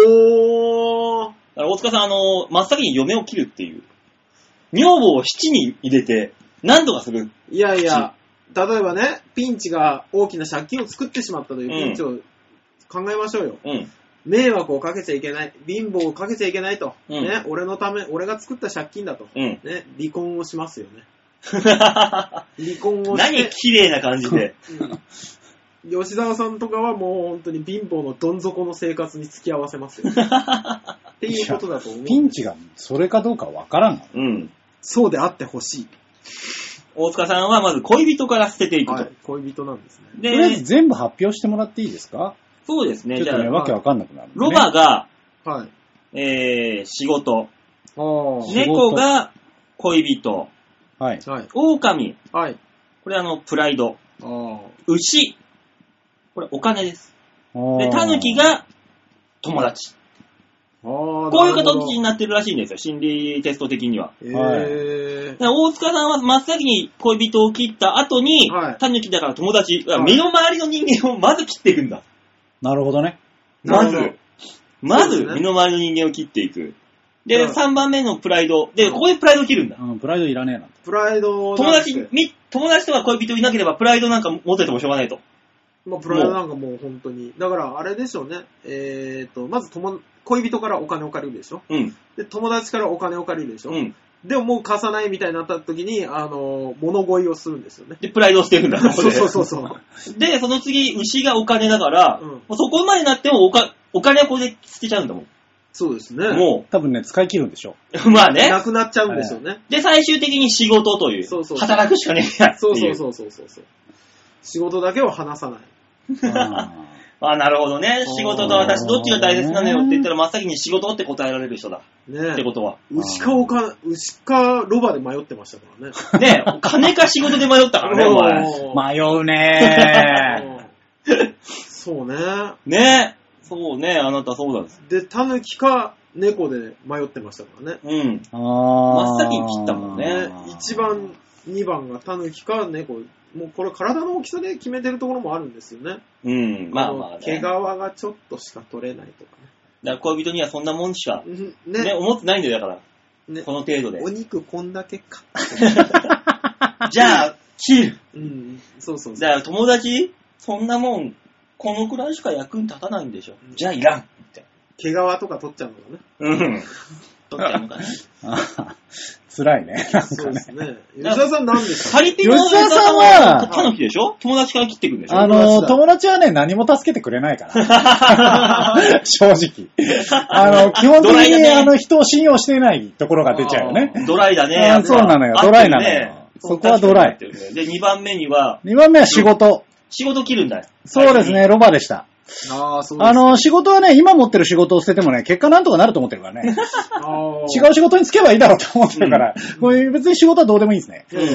A: おー。
B: だから大塚さん、あの、真っ先に嫁を切るっていう。女房を七に入れて、何とかする。
A: いやいや、例えばね、ピンチが大きな借金を作ってしまったという
B: うん
A: ピンチを考えましょうよ。
B: うん。
A: 迷惑をかけちゃいけない。貧乏をかけちゃいけないと。
B: うん
A: ね、俺のため、俺が作った借金だと。
B: うん。
A: ね、離婚をしますよね。離婚をして
B: 何。綺麗な感じで。
A: うん吉沢さんとかはもう本当に貧乏のどん底の生活に付き合わせ ますよ。っていうことだと思う。
C: ピンチがそれかどうかわからんの。
B: うん。
A: そうであってほしい。
B: 大塚さんはまず恋人から捨てていくと。
A: はい、恋人なんですね。
C: とりあえず
B: で、
C: 全部発表してもらっていいですか
B: そうです
C: ちょ
B: ね。
C: っ
B: じゃ
C: と
B: あ
C: ね、、わけわかんなくなるんでね。
B: ロバが、
A: はい。
B: えー、仕事。
A: あ
C: ね
B: 猫が恋人。
C: はい。
A: あ。はい。
B: 狼。
A: はい。
B: これあの、プライド。
A: ああ。
B: 牛。これお金です。で、
C: で
B: タヌキ、が友達。
A: こ
B: こういう形になってるらしいんですよ。心理テスト的には。
A: えー
B: だから大塚さんは真っ先に恋人を切った後に、
A: はい
B: タヌキだから友達、
A: はい
B: 身の回りの人間をまず切っていくんだ。
C: なるほどね。
B: まず
A: なるほど、
B: ま
A: そう
B: ず
A: ですね
B: 身の回りの人間を切っていく。で、
A: うん
B: 3番目のプライド。で、ここでプライドを切るんだ。
C: うん、プライドいらねえな。
A: プライド
B: 友
A: なんて
B: 達み、友達とか恋人いなければプライドなんか持っててもしょうがないと。
A: まあ、プライドなんかもう本当に。だから、あれでしょうね。えーと、まず友、恋人からお金を借りるでしょ。
B: うん。
A: で、友達からお金を借りるでしょ。
B: うん。
A: でももう貸さないみたいになった時に、あの、物乞いをするんですよね。
B: で、プライドを捨てるんだ。
A: そうそう
B: う。
A: そうそう。
B: で、その次、牛がお金だから、
A: うん
B: もうそこまでなってもおかお金はこれで捨てちゃうんだもん。
A: そうですね。
B: も
C: 多分ね、使い切るんでしょ
B: う、 まあね。
A: なくなっちゃうんですよね。
B: で、最終的に仕事という。
A: そうそうそう
B: 働くしかねえやってい。
A: そううそうそうそうそうそう。仕事だけを離さない。
C: う。あ
B: あなるほどね。仕事と私、どっちが大切なのよって言ったら、真っ先に仕事って答えられる人だ。
A: ね
B: ってことは。
A: 牛かおか、牛かロバで迷ってましたからね。
B: ねえ、お金か仕事で迷ったからね、お前。
A: おー
C: ー迷 うね
A: うんそうね。
B: ねえ。そうね、あなたそうなんです。
A: で、タヌキか猫で迷ってましたからね。
B: うん。
C: ー。真
B: 真っ先に切ったもんね
A: ね、1番、2番がタヌキか猫。もうこれ体の大きさで決めてるところもあるんですよね。
B: うん、まあまあ
A: の毛
B: ね。
A: 皮
B: だか
A: がちょっとしか取れないとか
B: ら恋人にはそんなもんしか、
A: ね。
B: ね、
A: ね。
B: 思ってないんだよ、だから。
A: ね
B: この程度で
A: お。肉こんだけ か。
B: じゃあ、切る。
A: うん。そうそう
B: じ
A: そう。
B: ゃあ、友達そんなもん、このくらいしか役に立たないんでしょ
A: う。ん
B: じゃあ、いらん。って。
A: 毛皮とか取っちゃうのかね。
B: うん。とってもかね。
C: あー 辛 いね。 なん
A: そ
C: か
A: うで
C: ね。
A: すね。吉田さんなんでした
B: パリピの
C: 吉田さんは
B: タヌキでしょ友達から切っていくんでしょ
C: あの、友達はね、何も助けてくれないから。 正直。あの、基本的
B: ドライだ
C: に、
B: ね
C: あの、人を信用していないところが出ちゃうよね。
B: ドライだね。
C: あー
B: やっぱ
C: そうなのよ
B: 合ってる
C: ドライなのよそこはドライ
B: 合ってるねで、2番目には、
C: 2番目は仕事。
B: 仕事切るんだよ。
C: そうですね、ロバでした。
A: ああ、そうです
C: あ、の、仕事はね、今持ってる仕事を捨ててもね、結果なんとかなると思って るからね。
A: あー
C: 違う仕事に就けばいいだろうと思ってるから、これ別に仕事はどうでもいいんですね。
A: ええ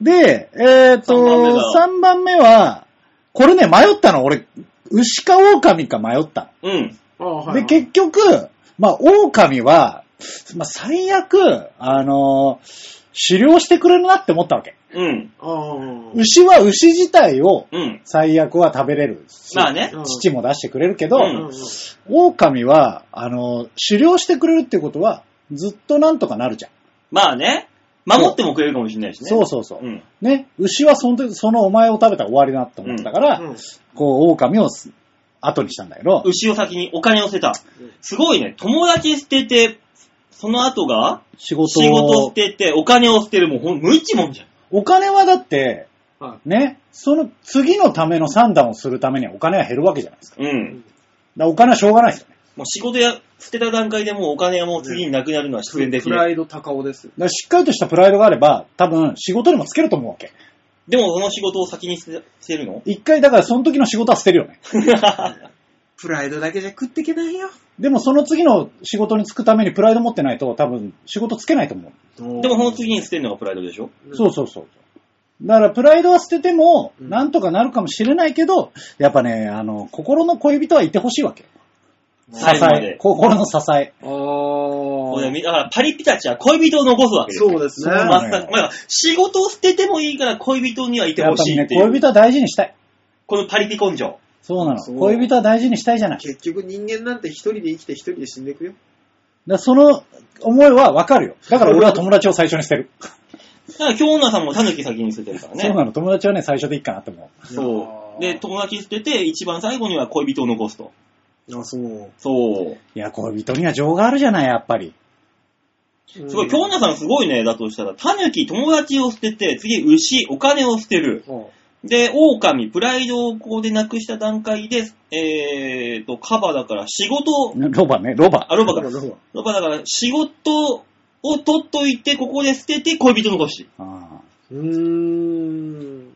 C: で、えっ、と、
B: 三番目だ
C: 3番目は、これね、迷ったの。俺、牛か狼か迷った
B: 最近。
A: ああ、はい
C: の。
A: は
C: で、
A: い。
C: 結局、まあ、狼は、まあ、最悪、あのー狩猟してくれるなって思ったわけ。
B: うん。
A: ああ。
C: 牛は牛自体を
B: うん。
C: 最悪は食べれるし、
B: まあね。
C: 乳も出してくれるけど、
B: う
A: うんうん
C: 狼は、あの、狩猟してくれるってことは、ずっとなんとかなるじゃん。
B: まあね。守ってもくれるかもしれないしね。
C: そうそうそう。
B: うん。
C: ね、牛はその時、そのお前を食べたら終わりだと思ったから、
A: うん
C: こう、狼をす後にしたんだけど、
B: 牛を先にお金を捨てた
A: うん。
B: すごいね。友達捨てて、その後が、
C: 仕事を、
B: 仕事捨てて、お金を捨てる。もうほん、無一文じゃん。
C: お金はだって、
A: は
C: ね、その次のための算段をするためにはお金は減るわけじゃないですか。
B: う。
A: いうんん
C: だからお金はしょうがないですよね。
B: もう仕事や、捨てた段階でもうお金はもう次になくなるのは必然的
A: プ
B: に。
A: ライド高尾ですよ
C: だ。からしっかりとしたプライドがあれば、多分仕事にもつけると思うわけ。
B: でもその仕事を先に捨て捨てる の
C: 一回だからその時の仕事は捨てるよね。
A: プライドだけじゃ食ってけないよ。
C: でもその次の仕事に就くためにプライド持ってないと多分仕事つけないと思う。
A: で
B: でもその次に捨てるのがプライドでしょ
C: そうそうそう。だからプライドは捨てても、
A: うん
C: なんとかなるかもしれないけど、やっぱね、あの、心の恋人はいてほしいわけ。支
B: 最後ま
C: え
B: で。。
C: 心の支え。
A: あ
B: これ
A: ー
B: みだからパリピたちは恋人を残すわけですよ。
A: そうですね。
C: そう
B: ま
C: な
B: さ
C: のよ
B: か、まあ、仕事を捨ててもいいから恋人にはいて
C: や
B: ほ
C: っぱ
B: し
C: り
B: いっ
C: ね、
B: ていう。
C: 恋人は大事にしたい。
B: このパリピ根性。
C: そうなの。
A: そう
C: 恋人は大事にしたいじゃない。だか
A: 結局人間なんて一人で生きて一人で死んでいくよ。
C: らその思いはわかるよ。だから俺は友達を最初に捨てる。
B: だから京女さんも狸先に捨ててるからね。
C: そうなの。友達はね、最初でいいかなって思う。
B: そう。
A: いや
B: で、
A: ー
B: 友達捨てて、一番最後には恋人を残すと。
A: あ、そう。
B: そう。
C: いや、恋人には情があるじゃない、やっぱり。
A: す
B: すごい、京奈さんすごいね。だとしたら、狸、友達を捨てて、次、牛、お金を捨てる。で、狼、プライドをここでなくした段階で、えーと、カバだから仕事を、
C: ロバね、ロバ。
B: あ、ロバ
A: だ
B: か
A: から
B: ら、
A: ロバ
B: ロバだから仕事を取っといて、ここで捨てて恋人残し。
C: あ
A: うーん。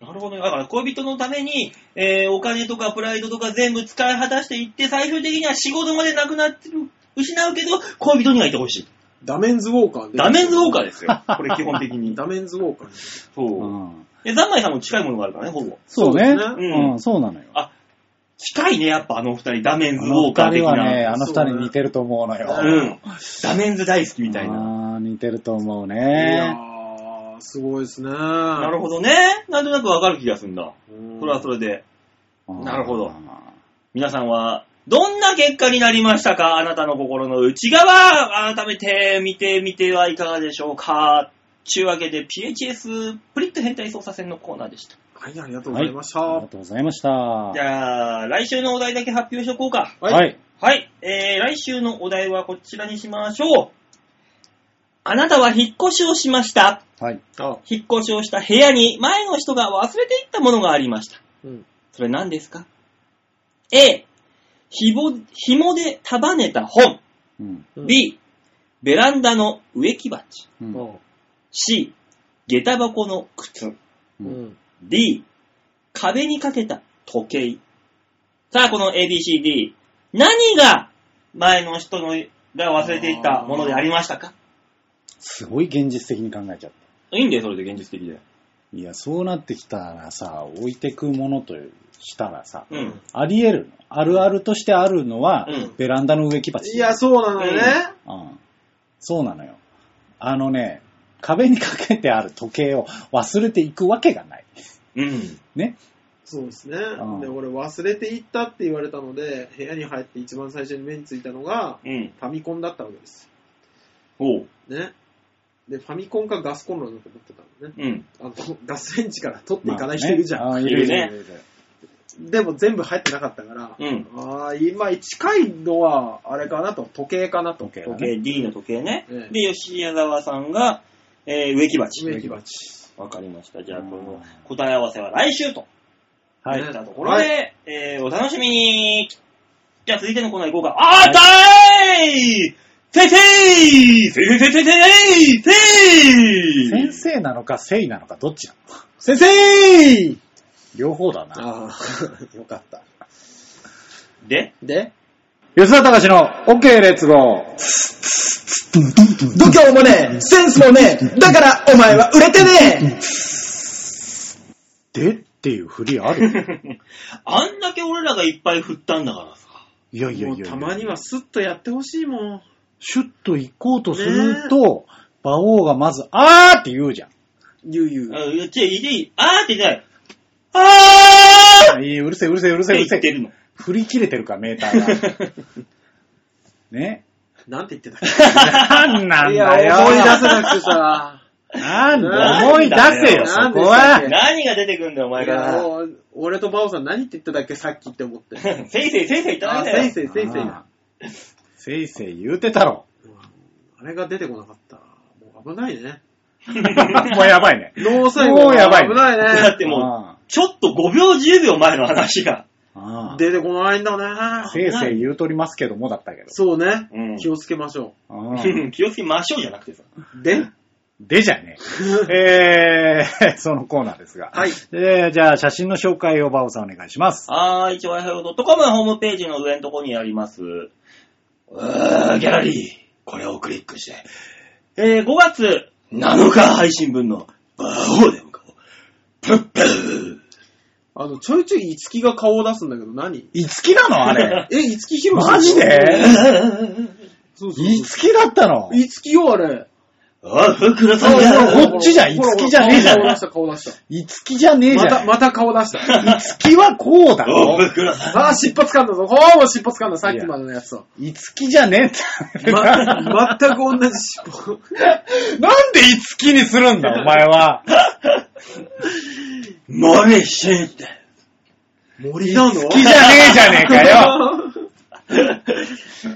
B: なるほどね。だから恋人のために、えー、お金とかプライドとか全部使い果たしていって、最終的には仕事までなくなってる、失うけど、恋人にはいてほしい。
A: ダメンズウォーカー
B: ダメンズウォーカ
A: ー
B: ーです よ。これ基本的に。
A: ダメンズウォーカーね
C: ー
B: そうう。
C: ん
B: え、ザンマイさんも近いものがあるからね、ほぼ。
A: そ
C: そうね。
A: う
B: ですね
C: うん、そうなのよ。
B: 近いね、やっぱあの二人、ダメン
C: あ
B: ズウ
C: の
B: ォーカー
C: 二
B: 的
C: 人はね、
B: な。
C: あの二人似てると思うのよ。
B: うん。ダメンズ大好きみたいな。
C: な。似てると思う
A: いや
C: ね。
A: ー、すごいですね。
B: な
A: な
B: る
A: ほ
B: ほどね。なんとなくわかる気がするんだ。
A: ど
B: それはそれで。
C: うん
B: なるほど皆さんは、どんな結果になりましたかあなたの心の内側改めて見てみてはいかがでしょうかちゅうわけで PHS プリット変態操作戦のコーナーでした。
A: はい、ありがとうございました。
C: ありがとうございました。は。
B: じゃあ、来週のお題だけ発表しとこうか。
A: はい
B: はい、えー、来週のお題はこちらにしましょう。あなたは引っ越しをしました。
C: はい。
A: あ、
B: 引っ越しをした部屋に前の人が忘れていったものがありました。
A: うん。
B: それ何ですか ?A、ひぼ、紐で束ねた本。
C: うん。
A: うん
B: B、ベランダの植木鉢。
C: うん。
B: C、下駄箱の靴。
A: う。
C: うん
B: D、壁にかけた時計。さあ、この ABCD。何が前の人のが忘れていったものでありましたか
C: すごい現実的に考えちゃった。
B: いいんだよ、それで現実的で。
C: いや、そうなってきたらさ、置いてくものとしたらさ、
B: うん。
C: あり得るの。あるあるとしてあるのは、
B: うん
C: ベランダの植木鉢。
A: いや、そうなのよね。
C: うん。そうなのよ。あのね、壁にかけてある時計を忘れていくわけがない。
B: うん。
C: ね。
A: そうですね。
C: うん
A: で、俺忘れていったって言われたので、部屋に入って一番最初に目についたのが、
B: うん。
A: ファミコンだったわけです。
B: おう。
A: ね。で、ファミコンかガスコンロだと思ってたのね。
B: うん。
A: あの、ガスレンチから取っていかない人いるじゃん。
C: まあねあ
B: いるね
C: いるいる
A: でも全部入ってなかったから、
B: うん。
A: ああ、今近いのは、あれかなと、時計かなと。
C: 時計だ
B: 時
C: ね。
B: 計、D の時計ね。
A: ええ
B: で、吉沢さんが、えー、植木
A: 植
B: 鉢。
A: 木鉢。
B: わかりました。じゃあ、
C: うん
B: この答え合わせは来週と。
C: はいい。
B: ったところで、
A: は
B: えー、お楽しみに。じゃあ、続いてのコーナー行こうか。あーたいせいせいせいせいせいせいせい
C: 先生なのか、せいなのか、どっちなの
A: 先生
C: 両方だな。
A: ああ、よかった。
B: で、
A: で、
C: 吉田隆の OK レッツゴー。
A: 度胸もねえ、センスもねえ、だからお前は売れてね
C: でっていう振りある
B: あんだけ俺らがいっぱい振ったんだからさ。
C: いや
A: え
C: いやいや
A: も
C: いうや。
A: たまにはスッとやってほしいもん。
C: シュッと行こうとすると、馬王がまず、あーって言うじゃん。
A: ゆうゆう。
B: あいや、違ういいあーって言ってない。あーっ
C: いい、うるせえ、うるせえ、うるせえ、う
B: て言っ
C: るせ
B: て
C: え。
B: るの。
C: 振り切れてるか、メーターが。ね。
A: なんて言ってたっ
C: なんな
A: け
C: ん
A: いや、
C: だよ。
A: 思い出せなくてさ。
C: なんだ、
B: な
C: 思
B: ん
C: い出
B: だよ
C: せよ、そ
A: なんで
C: こ
A: したっ
C: は
A: け。
B: 何が出てくんだよ、お前
A: いや
B: が。
A: もう俺とバオさん何って言ってたっけさっきって思って。
B: せいせいせいせい言ってな
A: あ、
B: いんだ
A: せい
B: よ。
A: せいせいせい。
C: ああせいせい言うてたろ。
A: あれが出てこなかったら、もう危ないね。
C: もうやばいね。
A: ノーサイ
C: もうやばい
A: 危ない
B: だっ
A: ね。
B: てもう、
C: あ
B: ちょっと5秒10秒前の話が。
C: あああ
A: 出てこないんだね。
C: せいせい言うとりますけどもだったけど。
A: そうね
B: うん。
A: 気をつけましょ
C: ああ
B: 気をつけましょうじゃなくてさ。
A: う。 で、
C: でじゃ ねえ。えー、そのコーナーですが。
A: はい
C: えーじゃあ、写真の紹介をバオさんお願いします。
B: はーい、ちょいはよ .com ホームページの上のところにあります。うーギャラリー。これをクリックして。えー、5月7日配信分のバーを出迎う。プップー。
A: あの、ちょいちょいいつきが顔を出すんだけど何。
C: いつきなのあれ
A: え、いつきひろ
C: マジで
A: そうそうそう。
C: いつきだったの
A: いつきよ、あれ。
B: あ、ふくらさん
C: あ
B: が。
C: こっちじゃん
A: ほらほら
C: いつきじゃねえじゃん
A: 顔出した、顔出し
C: いつきじゃねえ
A: た。
C: じ
A: ま
C: ゃ
A: た、
C: ん。
A: また顔出した。
C: いつきはこうだ
B: お、
C: ろ。
B: ふくらさん。
A: あー、尻尾掴んだぞ。ほーもう尻尾掴んだ。さっきまでのやつと。
C: いつきじゃねえって。
A: ま、全く同じ尻尾。
C: なんでいつきにするん だ、お前は。
B: 森進って。
A: 森なの
C: いつきじゃねえじゃねえかよ。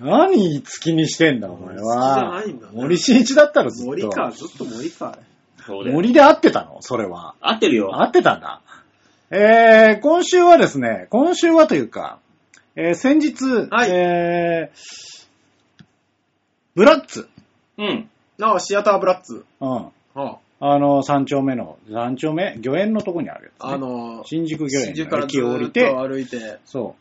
C: 何いつきにしてんだ、お前
A: いつ
C: は。
A: きじゃないんだね
C: 森進一だったろ、ずっと。
A: 森か、ずっと森か。
B: そうだよ。
C: 森で合ってたのそれは。
B: 合ってるよ。
C: 合ってたんだ。えー、今週はですね、今週はというか、えー先日、
A: はい
C: えーブラッツ、
B: うん。
A: なあ、シアターブラッツ。
C: うん、
A: は
C: あの、三丁目の、三丁目御苑のとこにある
A: あ、あのー、
C: 新宿御苑
A: 新宿か
C: の
A: らず
C: 駅を降
A: ー
C: り、
A: ってと歩いて、
C: そ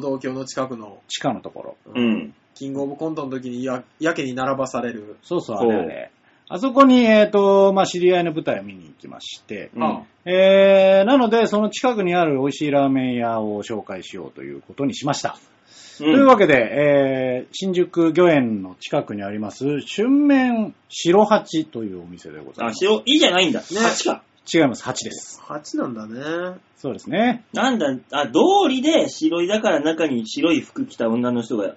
A: 歩道橋の近くの、
C: 地下のところ。
B: うん。
A: キングオブコントの時にや、やけに並ばされる。
C: そうそう、あ
B: そう
C: れあれ。あそこに、えっ、と、まあ、知り合いの舞台を見に行きまして、
B: うん
A: あ
C: えー、なので、その近くにある美味しいラーメン屋を紹介しようということにしました。
B: うん
C: というわけで、えー、新宿御苑の近くにあります、春麺白八というお店でござい
B: あ、
C: ます。
B: 塩、いいじゃないんだ。
A: ね
B: 8か。
C: 違います、八です。
A: 8なんだね。
C: そうですね。
B: なんだ、あ、道理で白いだから中に白い服着た女の人が、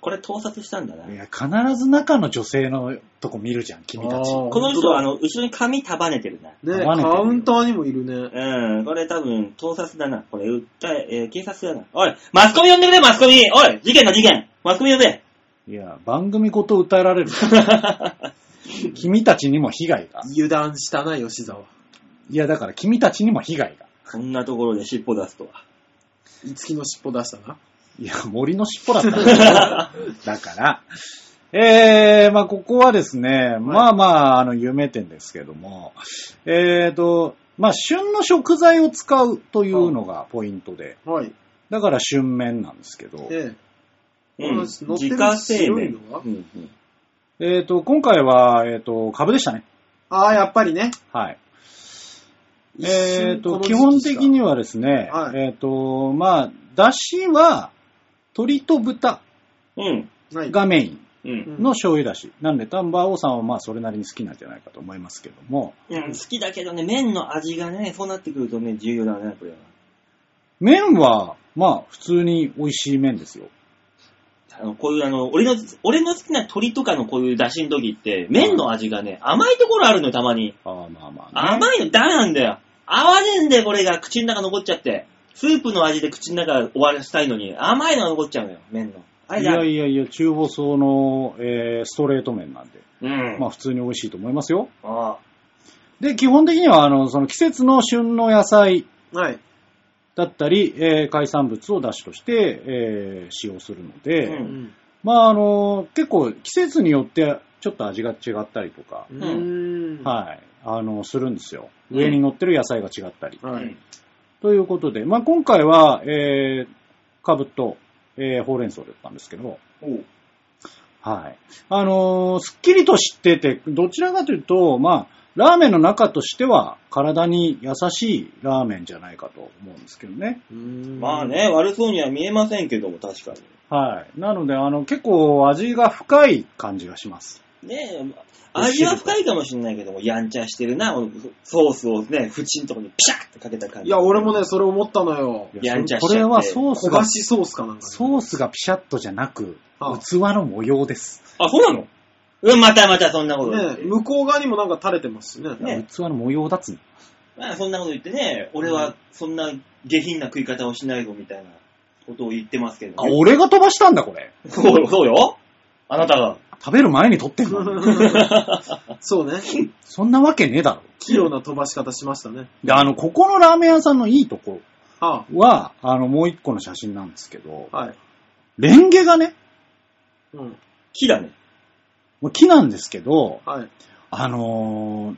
B: これ盗撮したんだな。
C: いや、必ず中の女性のとこ見るじゃん、君たち。
A: あー
B: この人は、あ
A: 本
B: の、後ろに髪束ねてるな。
A: ね
C: 合わねえけど
A: カウンターにもいるね。
B: うん、これ多分、盗撮だな。これ、訴え、えー警察だな。おい、マスコミ呼んでくれ、マスコミおい、事件だ、事件マスコミ呼べ
C: いや、番組ごと歌えられる。君たちにも被害が。
A: 油断したな、吉沢。
C: いや、だから君たちにも被害が。
B: こんなところで尻尾出すとは。
A: いつきの尻尾出したな。
C: いや、森の尻尾だった んだよだから、えー、まあ、ここはですね、まあまあ、あの、有名店ですけども、えーと、まあ、旬の食材を使うというのがポイントで、
A: はい。
C: だから旬麺なんですけど、
A: で、
B: うん、
A: この乗ってる
B: 自家製
A: 白い
B: 麺。
A: のは
B: うんうん
C: えーと、今回は、えーと、株でしたね。
A: ああ、やっぱりね。
C: はい。
A: 一瞬
C: えー
A: こ
C: と、
A: の
C: 基
A: 時期
C: 本
A: しか
C: 的にはですね、
A: はい
C: えーと、まあ、だしは、鶏と豚
B: うん。
A: ない。
C: がメイン。
B: うん。
C: の醤油だし。なんで、丹波王さんはまあそれなりに好きなんじゃないかと思いますけども、
B: うん、好きだけどね、麺の味がね、そうなってくるとね、重要だね、これは。
C: 麺は、まあ普通に美味しい麺ですよ。
B: あの、こういうあの、俺の、俺の好きな鶏とかのこういう出汁の時って、麺の味がね、甘いところあるのよ、たまに。
C: ああまあまあ、ね。
B: 甘いの、ダメなんだよ。合わねえんだよ、これが。口の中残っちゃって。スープの味で口の中終わらせたいのに、甘いのが残っちゃうのよ、麺の。あれ
C: い
B: だ。
C: やいやいや、中細の、えーストレート麺なんで、
B: うん。
C: まあ普通に美味しいと思いますよ。
B: ああ
C: で、基本的には、あの、その季節の旬の野菜
A: はい。
C: だったり、えー海産物を出汁として、えー使用するので、
B: う
A: うんん。
C: まああの、結構季節によってちょっと味が違ったりとか、
A: うーん。
C: はい、あの、するんですよ。
B: うん
C: 上に乗ってる野菜が違ったり。
A: は
B: う
A: い
B: ん。
C: ということで、まあ、今回は、えー、かぶと、えー、ほうれん草だったんですけど、
B: おう
C: はい。あのーすっきりと知ってて、どちらかというと、まあ、ラーメンの中としては、体に優しいラーメンじゃないかと思うんですけどね。
A: うーん
B: まあ。ね、悪そうには見えませんけども、確かに。
C: はい。なので、あの、結構味が深い感じがします。
B: ねえ、味は深いかもしれないけども、やんちゃしてるな、ソースをね、縁のとこにピシャってかけた感
A: い
B: じ。
A: や、俺もね、それ思ったのよ。
B: やんちゃしちゃっ
C: こ
B: て
C: れはソース
A: 焦
C: が
A: が、しソースかなんかね、
C: ソースがピシャッとじゃなく、
A: ああ
C: 器の模様です。
B: あ、そうなのうん、またまたそんなこと言っ
A: ね
B: て。
A: 向こう側にもなんか垂れてますしね。
B: ね
C: 器の模様だっつうの
B: まあ、そんなこと言ってね、俺はそんな下品な食い方をしないぞみたいなことを言ってますけど、
C: あ、
B: ね。
C: 俺が飛ばしたんだ、これ。
B: そうよ、そうよ。あなたが。
C: 食べる前に取ってんの。
A: そうね。
C: そんなわけねえだろ。
A: 器用な飛ばし方しましたね。
C: で、あの、ここのラーメン屋さんのいいとこ
A: は
C: は、あの、もう一個の写真なんですけど、
A: あ、はい。
C: レンゲがね、
A: うん。
B: 木だね。
C: もう木なんですけど、
A: はい。
C: あのー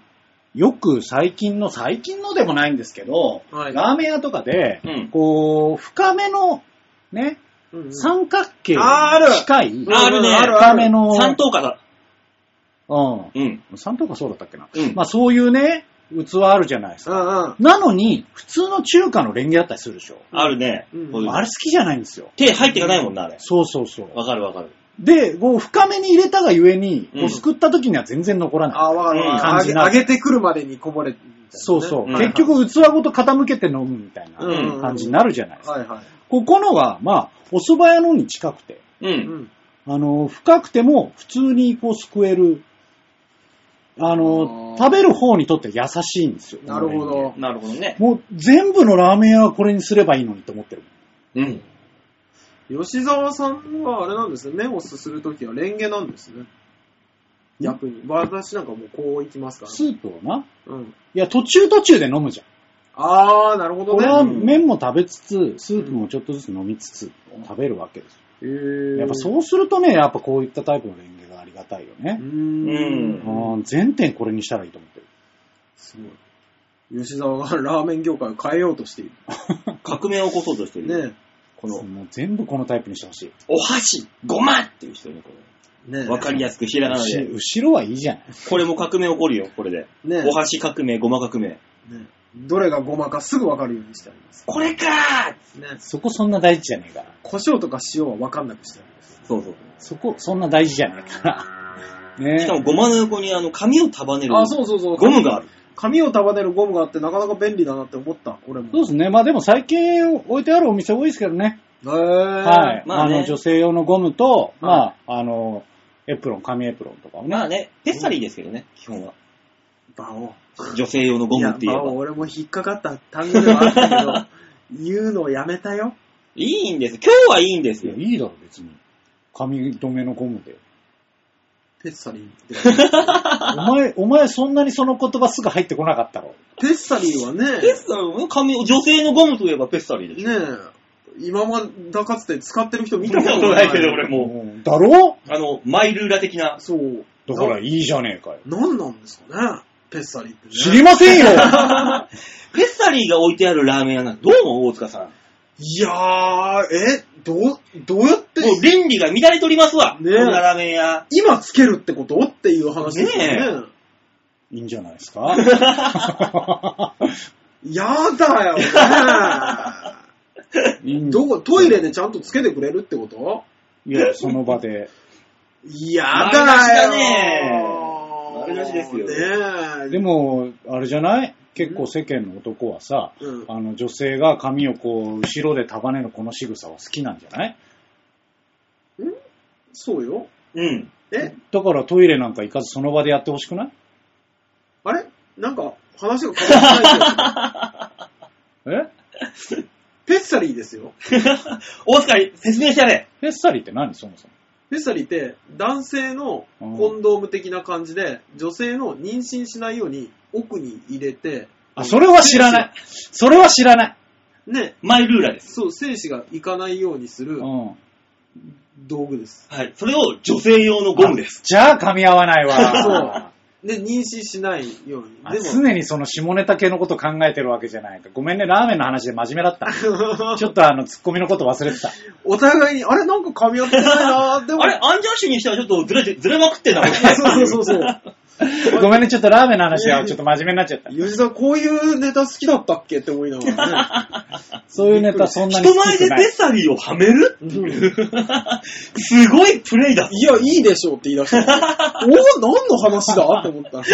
C: よく最近の、最近のでもないんですけど、
A: はい
C: ラーメン屋とかで、
B: うん。
C: こう、深めの、ね、
A: うんうん
C: 三角形に
A: あーある
C: 近い、
A: うん
B: あるね
A: あるあ
C: 深
A: る
C: めの、
B: 三等価だ。
C: うん。
B: うん。
C: 三等かそうだったっけな。
B: うん。
C: まあそういうね、器あるじゃないです
A: う
C: か。
A: んうん。
C: なのに、普通の中華のレンゲだったりするでしょ。
B: あるね。
A: うん
B: こういう
C: あれ好きじゃないんですよ。
B: 手入ってかないもんな、あれ。
C: そうそうそう。
B: わかるわかる。
C: で、こう深めに入れたがゆえに、
B: うん
C: こうすくった時には全然残らない。
A: あーわかるわか
C: うん感
A: る。
C: じ
A: 揚
C: な
A: げ、揚げてくるまでにこぼれみたいなね。
C: そうそう。
B: うん
C: 結局器ごと傾けて飲むみたいな
A: うんうんうん
C: 感じになるじゃないですか。
A: はいはい。
C: ここのは、まあ、お蕎麦屋のに近くて、
A: う
B: う。
A: んん。
C: あの、深くても普通にこうすくえる、あの
A: あー
C: 食べる方にとって優しいんですよ。
A: なるほど。
B: なるほどね。
C: もう全部のラーメン屋はこれにすればいいのにと思ってる。
B: うん。
A: 吉沢さんはあれなんですね。麺をすするときはレンゲなんですね。逆に。私なんかもうこういきますか
C: スープをな。
A: ら。うん。
C: いや、途中途中で飲むじゃん。
A: あー、なるほど
C: これは
A: ね。
C: 麺も食べつつ、スープもちょっとずつ飲みつつ食べるわけですよ。
A: へー
C: やっぱそうするとね、やっぱこういったタイプのレンゲがありがたいよ
A: う
C: ね。
A: ー。
B: うん
C: うん、全店これにしたらいいと思ってる。
A: すごい。吉沢がラーメン業界を変えようとしてい
B: 革命を起こそうとしてる。
A: る。
B: ね。
A: ね
B: この、
C: もう全部このタイプにしてほしい。
B: お箸、ごまっていう人ね、こ
A: え。ね
B: れ。
A: え。
B: わかりやすくひらがな
C: 後
B: で。
C: 後ろはいいじゃない。
B: これも革命起こるよ、これで。
A: ね
B: お箸革命、ごま革命。
A: え。ねえどれがごまかすぐわかるようにしてあります。
B: これかー
A: ねえ。
C: そこそんな大事じゃねえから。
A: 胡椒とか塩はわかんなくしてあります。
B: そうそう。
C: そこそんな大事じゃないから。ね
B: しかも、ごまの横にあの、紙を束ねる。
A: あ、そうそうそう。
B: ゴムがある。
A: 紙を束ねるゴムがあってなかなか便利だなって思った、俺も。
C: そうですね。まあでも最近置いてあるお店多いですけどね。
A: へー
C: はい。
B: まあ
C: あ
B: ね
C: の、女性用のゴムと、
A: は
C: まあ、あの、エプロン、紙エプロンとかをね。
B: まあね、ペッサリーですけどね、基本は。
A: バオ。
B: 女性用のゴムって言え
A: いや、バオ、
B: ば。
A: 俺も引っかかった単語ではあ ったけど、言うのをやめたよ。
B: いいんです。今日はいいんです
C: いや
B: よ。
C: いいだろ、別に。紙留めのゴムで。
A: テッサリーって。
C: お前、お前そんなにその言葉すぐ入ってこなかったろ。
A: テッサリーはね、
B: ペッサリーの紙、女性のゴムといえばペッサリーでしょ。
A: ねえ、今までかつて使ってる人見
B: 見
A: た
B: た
A: こ
B: ことと
A: な。
B: ないいけど、俺も
C: うんだろ
B: う。あの、マイルーラ的な。
A: そう。
C: だから
A: な、
C: いいじゃねえかよ。
A: なんなんですかね、ペッサリーってね。
C: 知りませんよ
B: ペッサリーが置いてあるラーメン屋なんてどう思う大塚さん。も
A: いやー、え、どう、どうやって、
B: う倫理が乱れておりますわ。
A: ねえ
B: こんなラーメン屋。
A: 今つけるってことっていう話ですよね。
C: いいんじゃないですか
A: やだよね。
C: い いん
A: どこ、トイレでちゃんとつけてくれるってこと
C: いや、その場で。
A: いやだよ
B: 丸出しだね丸出しですよ
A: ねえ。
C: でも、あれじゃない結構世間の男はさ、
A: うん
C: あの女性が髪をこう、後ろで束ねるこの仕草は好きなんじゃない
A: そうよ。
B: うん。
A: え
C: だからトイレなんか行かずその場でやってほしくない
A: あれなんか、話が変わって ないけど
C: え
A: ペッサリーですよ。
B: 大塚、説明してやれ。
C: フェッサリーって何そもそも。
A: ペッサリーって、男性のコンドーム的な感じで、女性の妊娠しないように奥に入れて、
C: あ、それは知らない。それは知らない。
A: ね、
B: マイルーラです。
A: そう、精子がいかないようにする
C: うん。
A: 道具です。
B: はい。それを女性用のゴムです。
C: じゃあ噛み合わないわ。
A: で、妊娠しないように。
C: あ
A: でも、
C: 常にその下ネタ系のこと考えてるわけじゃないか。ごめんね、ラーメンの話で真面目だ った。ちょっとあの、ツッコミのこと忘れてた。
A: お互いに、あれなんか噛み合ってないなーでも
B: あれ、アンジャッシュにしてはちょっとずれて、ずれまくってんな、これ
A: そうそうそうそう。
C: ごめんね、ちょっとラーメンの話はちょっと真面目になっちゃっ た。
A: 吉田こういうネタ好きだったっけって思いながらね。
C: そういうネタそんなに
B: 人
C: 好き
B: 前で
C: じゃない
B: ペ。サリーをはめるっ ていうすごいプレイだ。
A: いや、いいでしょうって言い出したから。おお、何の話だって思った。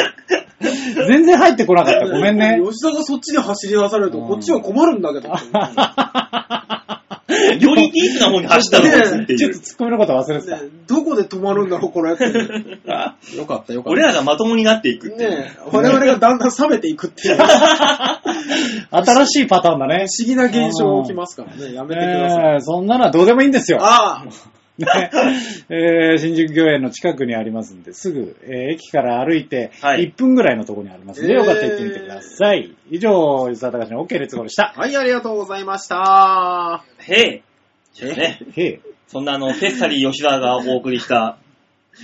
C: 全然入ってこなかった。ごめんね。
A: 吉田がそっちに走り出されると、
C: うん
A: こっちは困るん だけど。
B: よりディープな方に走ったのがついてい
C: ちょっと
B: る。
C: 突っ込みのこと忘れてた。
A: ねどこで止まるんだろう、これって。 よかった、よかった。
B: 俺らがまともになっていくっていう。
A: ね我々がだんだん冷めていくって いう、不
C: 新しいパターンだね。
A: 思議な現象が起きますからね。やめてください。
C: ねえそんなのはどうでもいいんですよ。
A: ああ、
C: ねえー新宿御苑の近くにありますんで、すぐ、えー駅から歩いて
B: はい
C: 1分ぐらいのところにありますんで、
A: えー
C: よかったら行ってみてください。以上、吉沢隆の OK 列号でした。
A: はい、ありがとうございました。
B: へえ。ね。
C: へえ
B: そんなあの、フェッサリー吉田がお送りした、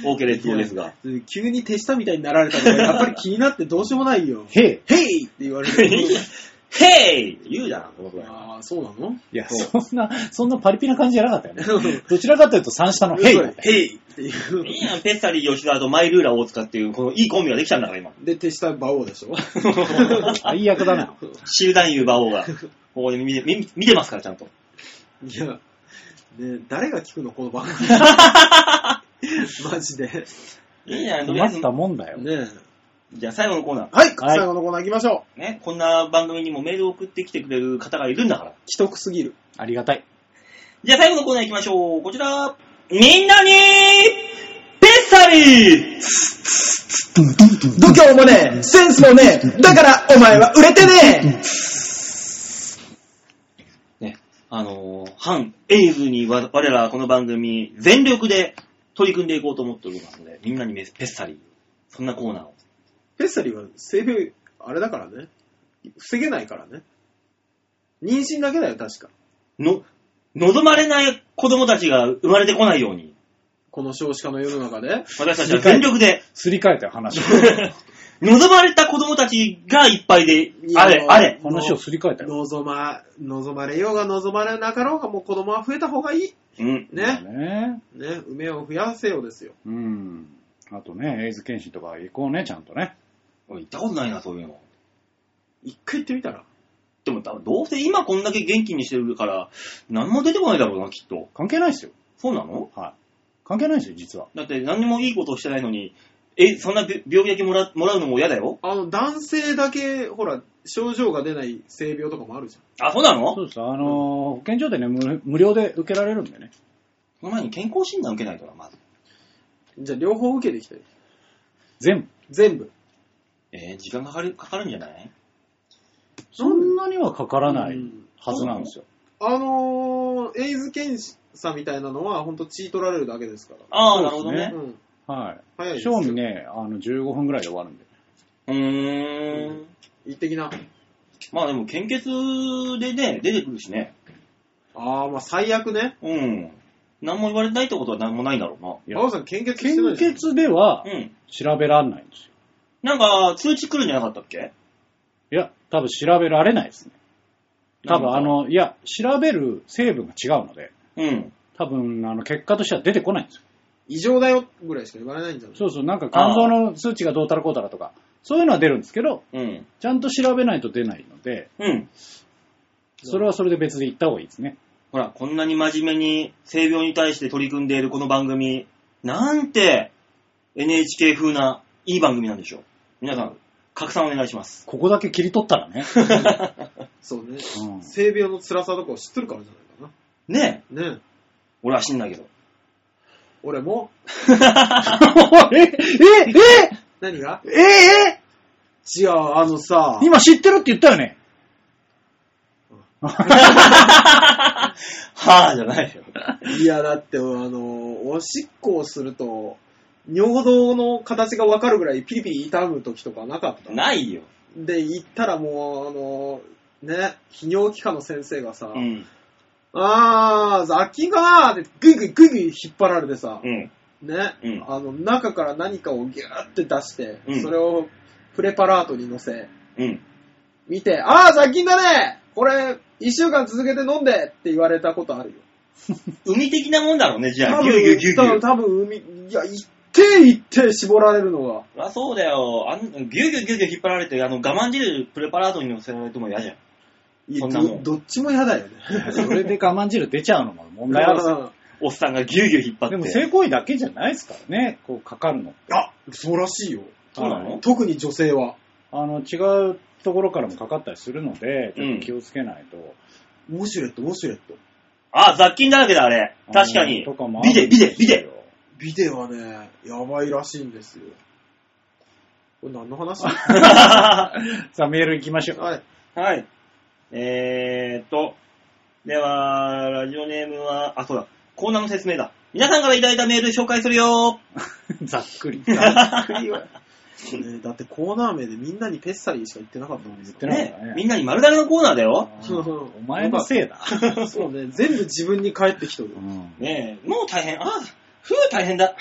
B: OK 列号ですが。
A: 急に手下みたいになられたのが、やっぱり気になってどうしようもない よ。
C: へえ
A: へいって言われる。
B: へい言うじゃん、僕は。
A: ああ、そうなの
C: いや、
B: そ
C: そんな、そんなパリピな感じじゃなかったよね。どちらかというと三下のへい。
A: へいっていう。
B: いいやん、ペッサリー吉田とマイルーラー大塚っていう、このいいコンビができたんだから、今。
A: で、手下馬王でしょ。
C: 最悪だな。
B: 集団優馬王が、ここで見て見見てますから、ちゃんと。
A: いや、ね誰が聞くのこの番 組。マジで。
B: いいじゃん、とりあ
C: 困
B: え
C: っ
B: ず。
C: たもんだよ。
A: ね
B: じゃあ最後のコーナー。
A: はい、
C: はい
A: 最後のコーナー行きましょ
B: ね、こんな番組にもメールを送ってきてくれる方がいるんだから。
A: う。既得すぎる。
C: ありがたい。
B: じゃあ最後のコーナー行きましょう。こちら。みんなにペッサリー
A: 度胸もねえ、センスもねえ、だからお前は売れてね
B: ね、あのー、反エイズにわ我らこの番組全力で取り組んでいこうと思っておりますので、みんなにメスペッサリー。そんなコーナーを。
A: ペッサリーは性病、あれだからね。防げないからね。妊娠だけだよ、確か。
B: の、望まれない子供たちが生まれてこないように、
A: この少子化の世の中で。
B: 私たちは全力で、
C: すり替えたよ、話を。
B: 望まれた子供たちがいっぱいで、あれ、あれ。
C: 話をすり替えたよ。
A: 望ま、望まれようが望まれなかろうが、もう子供は増えた方がいい。
B: うん。
A: ね。
C: ね。
A: ね、梅を増やせよですよ。
C: うん。あとね、エイズ検診とか行こうね、ちゃんとね。
B: 俺行ったことないな、そういうの。
A: 一回行ってみたら。
B: でも、どうせ今こんだけ元気にしてるから、何も出てこないだろうな、きっと。
C: 関係ないですよ。
B: そうなの
C: はい。関係ないですよ、実は。
B: だって何にもいいことをしてないのに、え、そんな病病気だけもらもらうのも嫌だよ
A: あの、男性だけ、ほら、症状が出ない性病とかもあるじゃん。
B: あ、そうなの
C: そうです。あのー保健所でね無、無料で受けられるんでね。
B: その前に健康診断受けないとな、まず。
A: じゃあ、両方受けてきて。
C: 全
A: 全部。
B: えー時間かかる、かかるんじゃない
C: 部。そんなにはかからな
A: う
C: い
A: ん
C: はずなんですよ。
A: あのー、エイズ検査みたいなのは、ほんと血取られるだけですか
B: ああ、なるほ
C: そ
B: ど
C: うで
A: ら。
C: す
B: ね
C: ね。
A: うん。
C: は
A: 早い
C: い。
A: です
C: 賞
A: よ。
C: 味ね、あの、15分ぐらいで終わるんで。
B: うーん。
A: 一滴な。
B: まあでも献血でね、出てくるしね。
A: ああ、まあ最悪ね。
B: うん。何も言われてないってことは何もないんだろう
C: いや
A: 馬王さん献血してな
C: 献
A: いじゃん
C: 血では
B: な。うん。
C: 調べられないんですよ。
B: なんか、通知来るんじゃなかったっけ
C: いや、多分調べられないですね。多分あ、の、いや、調べる成分が違うので、
B: うん。
C: 多分あの、結果としては出てこないんですよ。
A: 異常だよぐらいしか言われないんじゃない
C: そうそう、なんか肝臓の数値がどうたらこうたらとか、そういうのは出るんですけど、
B: うん。
C: ちゃんと調べないと出ないので、
B: うん。
C: それはそれで別で行った方がいいですね。
B: ほら、こんなに真面目に性病に対して取り組んでいるこの番組、なんて NHK 風ないい番組なんでしょう。皆さん、拡散お願いします。
C: ここだけ切り取ったらね。
A: そうね。
C: うん
A: 性病の辛さとかを知ってるからじゃないか
B: ねえ、
A: な。ね
B: 俺は死んだけど。
A: 俺も、
C: え、え、
A: 何が
C: え、え、え、
A: 違う、あのさ、
C: 今知ってるって言ったよね。
B: はぁじゃないよ。
A: いや、だって、あの、おしっこをすると、尿道の形がわかるぐらいピリピリ痛む時とかなかった。
B: ないよ。
A: で、行ったらもう、あの、ね、泌尿器科の先生がさ、
B: うん。
A: あー、雑菌がーってぐいぐいぐいぐい引っ張られてさ、
B: うん。
A: ね、
B: うん
A: あの、中から何かをギューって出して、
B: うん
A: それをプレパラートに乗せ、
B: うん。
A: 見て、あー、雑菌だねこれ、一週間続けて飲んでって言われたことあるよ。
B: 海的なもんだろうね、じゃあ。
A: 多
B: ぎゅうぎゅうぎゅうぎゅう
A: 分、多分、海、いや、行っって言って絞られるのが。
B: まあそうだよ。あんギュギュギュギュ引っ張られて、あの、我慢汁プレパラートに乗せられても嫌じゃん。
A: いや
B: そんなも
A: ど
B: ん
A: どっちも嫌だよね。
C: それで我慢汁出ちゃうのも問題あるさ。
B: おっさんがギュギュ引っ張って。
C: でも性行為だけじゃないですからね、こうかかるの。
A: あ、そうらしいよ。
B: そうなの
A: 特に女性は。
C: あの、違うところからもかかったりするので、ちょっ
B: うん
C: と気をつけないと。
A: ウォシュレット、ウォシュレット。
B: あ、雑菌だらけだ、あれ。確かに
C: あの。とかもあ
B: ビ
C: る
B: デ、ビデ、ビデ。
A: ビデはね、やばいらしいんですよ。これ何の 話
B: は
C: さあ、メール行きましょう。
A: はい。
B: い。えーっと、では、ラジオネームは、あ、そうだ、コーナーの説明だ。皆さんからいただいたメール紹介するよ
C: ざっくり。
A: ねだってコーナー名でみんなにペッサリーしか言ってなかったもん言って
C: なるほど
B: ね
C: ね
B: みんなに丸投げのコーナーだよ。
A: そうそう
C: お前のせいだ。
A: そうね、全部自分に返ってきとる。
B: ねえ、もう大変。あ、ふう大変だ。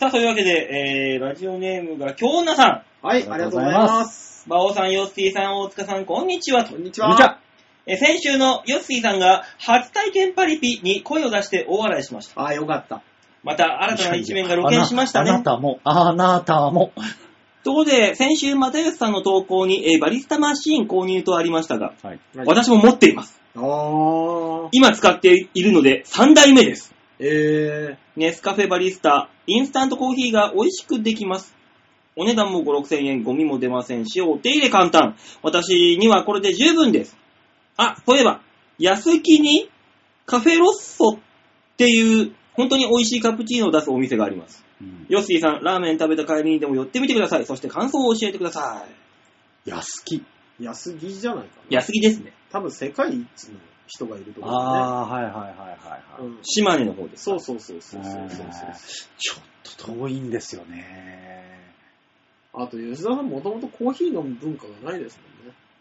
B: さあ、というわけで、えー、ラジオネームが、京女さ
A: はい、ありがとうございます。
B: ん。馬王さん、ヨッシーさん、大塚さん、こんにちはと
A: こ。んにち
C: 見た
A: は。
B: えー先週のヨッシーさんが、初体験パリピに声を出して大笑いしました。
A: あよかった。
B: また、新たな一面が露見しましたね。
C: あなたも、あなたも。
B: ところで、先週、又吉さんの投稿に、えーバリスタマシーン購入とありましたが、
C: はい。
A: はい
B: 私も持っています。
A: あー。
B: 今使っているので、3代目です。
A: え
B: ネスカフェバリスタ、インスタントコーヒーが美味しくできます。お値段も5、6千円、ゴミも出ませんし、お手入れ簡単。私にはこれで十分です。あ、そういえば、安木にカフェロッソっていう、本当に美味しいカプチーノを出すお店があります。
C: うん
B: ヨッシーさん、ラーメン食べた帰りにでも寄ってみてください。そして感想を教えてくださ
C: 安木。
A: ー、安木じゃないか
B: い。
A: な。
B: 安木ですね。
A: 多分世界一の人がいるところ
C: あー、はいはいはい
A: だね。うん
B: 島根の方です。
A: そうそうそうそう
C: はい
A: そう
C: はい。
A: そうそう
C: あーちょっと遠いんですよね。
A: あと、吉田さんもともとコーヒー飲む文化がないです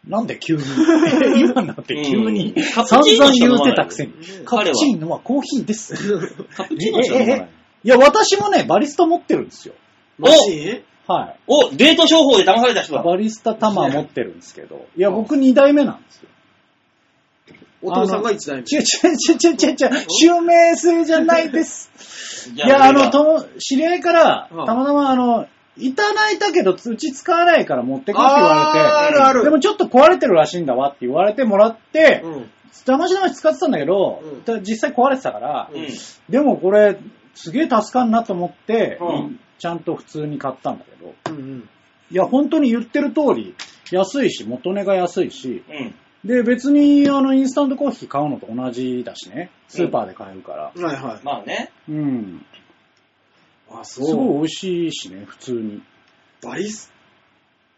C: なんで急に 今になって急
B: う。
C: に
B: んカ
C: 散
B: プチーノしか
C: 々言
B: 飲
C: う
B: ま
C: て
B: な
C: た
B: い
C: くせに。
A: もんね。
C: カ
B: 彼は
C: プチーノはコーヒーです。
B: カプチーノしか飲ま
C: ええ
B: な
C: え
B: い。
C: いや、私もね、バリスタ持ってるんですよ。
A: マジ
C: はい。
B: お、デート商法で騙された人だ。
C: バリスタタマー持ってるんですけど。いや、僕2代目なんですよ。
A: お父さんが一代目。
C: ちゅちゅちゅちゅちゅちゅ、襲名制じゃないです。い
B: い
C: や、あの、とも、知り合いから、た
A: うん
C: またま、あの、いただいたけど、うち使わないから持ってこいって言
A: あ
C: わ
A: ーあ
C: れて、
A: るある
C: でもちょっと壊れてるらしいんだわって言われてもらって、
A: うん。
C: 騙し騙し使ってたんだけど、
A: うん
C: た実際壊れてたから、
B: うん。
C: でもこれ、すげえ助かんなと思って、
B: うん
C: ちゃんと普通に買ったんだけど、
A: うんうん。
C: いや、本当に言ってる通り、安いし、元値が安いし、
B: うん。
C: で、別に、あの、インスタントコーヒー買うのと同じだしね、スーパーで買えるから、
A: はいはい。
B: まあね。
C: うん、
A: あ、
C: す
A: そう。
C: ごい美味しいしね、普通に。
A: バリス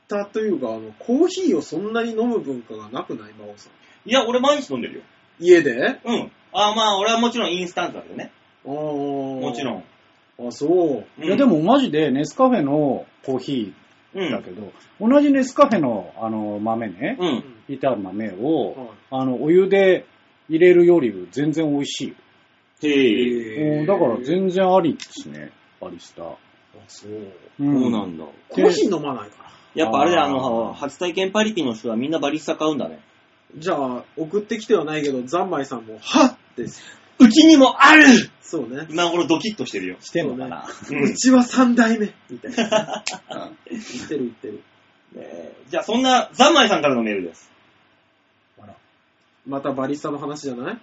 A: タというか、あの、コーヒーをそんなに飲む文化がなくない、魔王さん。
B: いや、俺毎日飲んでるよ。
A: 家で
B: うん。あまあ、俺はもちろんインスタントだけどね。も
A: も
B: ちろん。
A: ん。あ、そう。
B: うん
C: いや、で、もマジでネスカフェのコーヒ
B: う
C: ーだ
B: ん。
C: けど、同じネスカフェのあの豆ね、
B: う。。
A: うん
C: ひいてある豆を、
A: はい
C: あの、お湯で入れるより全然美味しい。
B: へえ。
A: へ
C: お
A: ー
C: だから全然ありですね、バリスタ。
A: あ、そう。
C: う
B: そうなんだ。
A: コーヒー飲まないから。
B: やっぱあれだよ、あ
C: あ
B: の、
C: ー
B: 初体験パリピの人はみんなバリスタ買うんだね。
A: じゃあ、送ってきてはないけど、ざんまいさんも、はっです。
B: うちにもある
A: そうね。
B: 今頃ドキッとしてるよ。
C: してんのかな、
A: うちは三代目みたいな。言ってる言ってる。
B: えーじゃあ、そんな、ザンマイさんからのメールです。
A: またバリスタの話じゃない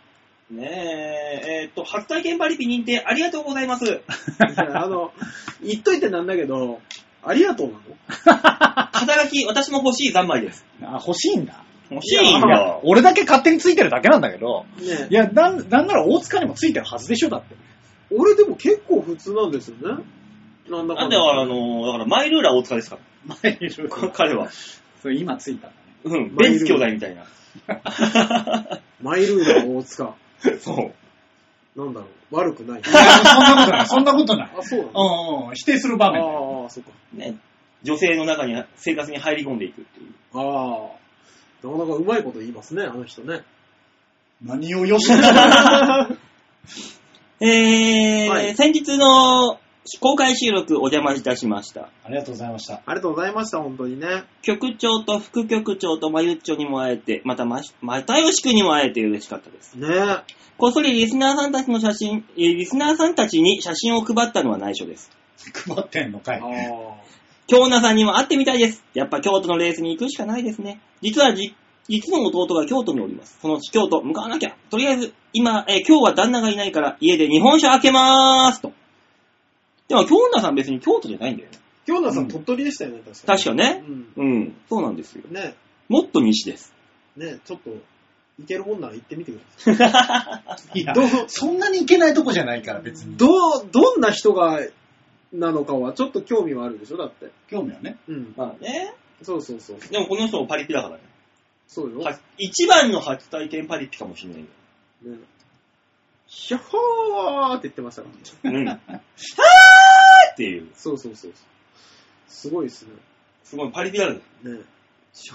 B: ねえ、えーっと、初体験パリピ認定ありがとうございます。
A: いやあの、言っといてなんだけど、ありがとうなの
B: 働き、私も欲しいザンマイです。
C: あ、欲しいんだ。
B: 欲しいん
C: いや
B: だ、。
C: 俺だけ勝手についてるだけなんだけど、
A: ね
C: いや、なん、なんなら大塚にもついてるはずでしょ、だって。
A: 俺でも結構普通なんですよね。なんだ
B: な
A: か
B: ん
A: ん
B: で、
A: だ。
B: あの、だから、マイルーラー大塚ですか
C: 前いる
B: ら、彼は。
C: そう今ついたんだね。
B: うん、ベンツ兄弟みたいな。
A: マイルーラー大塚。
B: そう。
A: なんだろう。悪くない。
C: いやそんなことない、そんなことない。
A: あ、そうなの
C: うんうん、否定する場面だよ。
A: ああ、そっか。
B: ね、女性の中に、生活に入り込んでいくっていう。
A: ああ。なかなかうまいこと言いますね、あの人ね。
C: 何をよしな がら
B: えー、
A: はい
B: 先日の公開収録お邪魔いたしました。
C: ありがとうございました。
A: ありがとうございました、本当にね。
B: 局長と副局長とまゆっちょにも会えて、またま、またよしくにも会えて嬉しかったです。
A: ねえ。
B: こっそりリスナーさんたちの写真、えーリスナーさんたちに写真を配ったのは内緒です。
C: 配ってんのかい。
B: 京奈さんにも会ってみたいです。やっぱ京都のレースに行くしかないですね。実はじ、実の弟が京都におります。そのうち京都、向かわなきゃ。とりあえず、今、えー今日は旦那がいないから、家で日本酒開けまーすと。でも、京奈さん別に京都じゃないんだよね。
A: 京奈さ
C: うん
A: ん鳥取でしたよね、確かに。
B: 確かね。
A: うん
B: うん、そうなんですよ。
A: ね
B: もっと西です。
A: ねちょっと、行けるもんなら行ってみてくださ
C: いや
A: い。、どう、
C: そんなに行けないとこじゃないから別に。
A: どう、どんな人が、なのかは、ちょっと興味はあるでしょだって。
C: 興味はね。
A: うん。
B: まあね。
A: そうそうそう。
B: でもこの人もパリピだからね。
A: そうよ。
B: は一番の初体験パリピかもしれないよ。
A: ねひゃほーって言ってましたからね。
B: うん。 はーっていう。
A: そうそうそう。すごいですね。
B: すごい、パリピだね。
A: ねしょ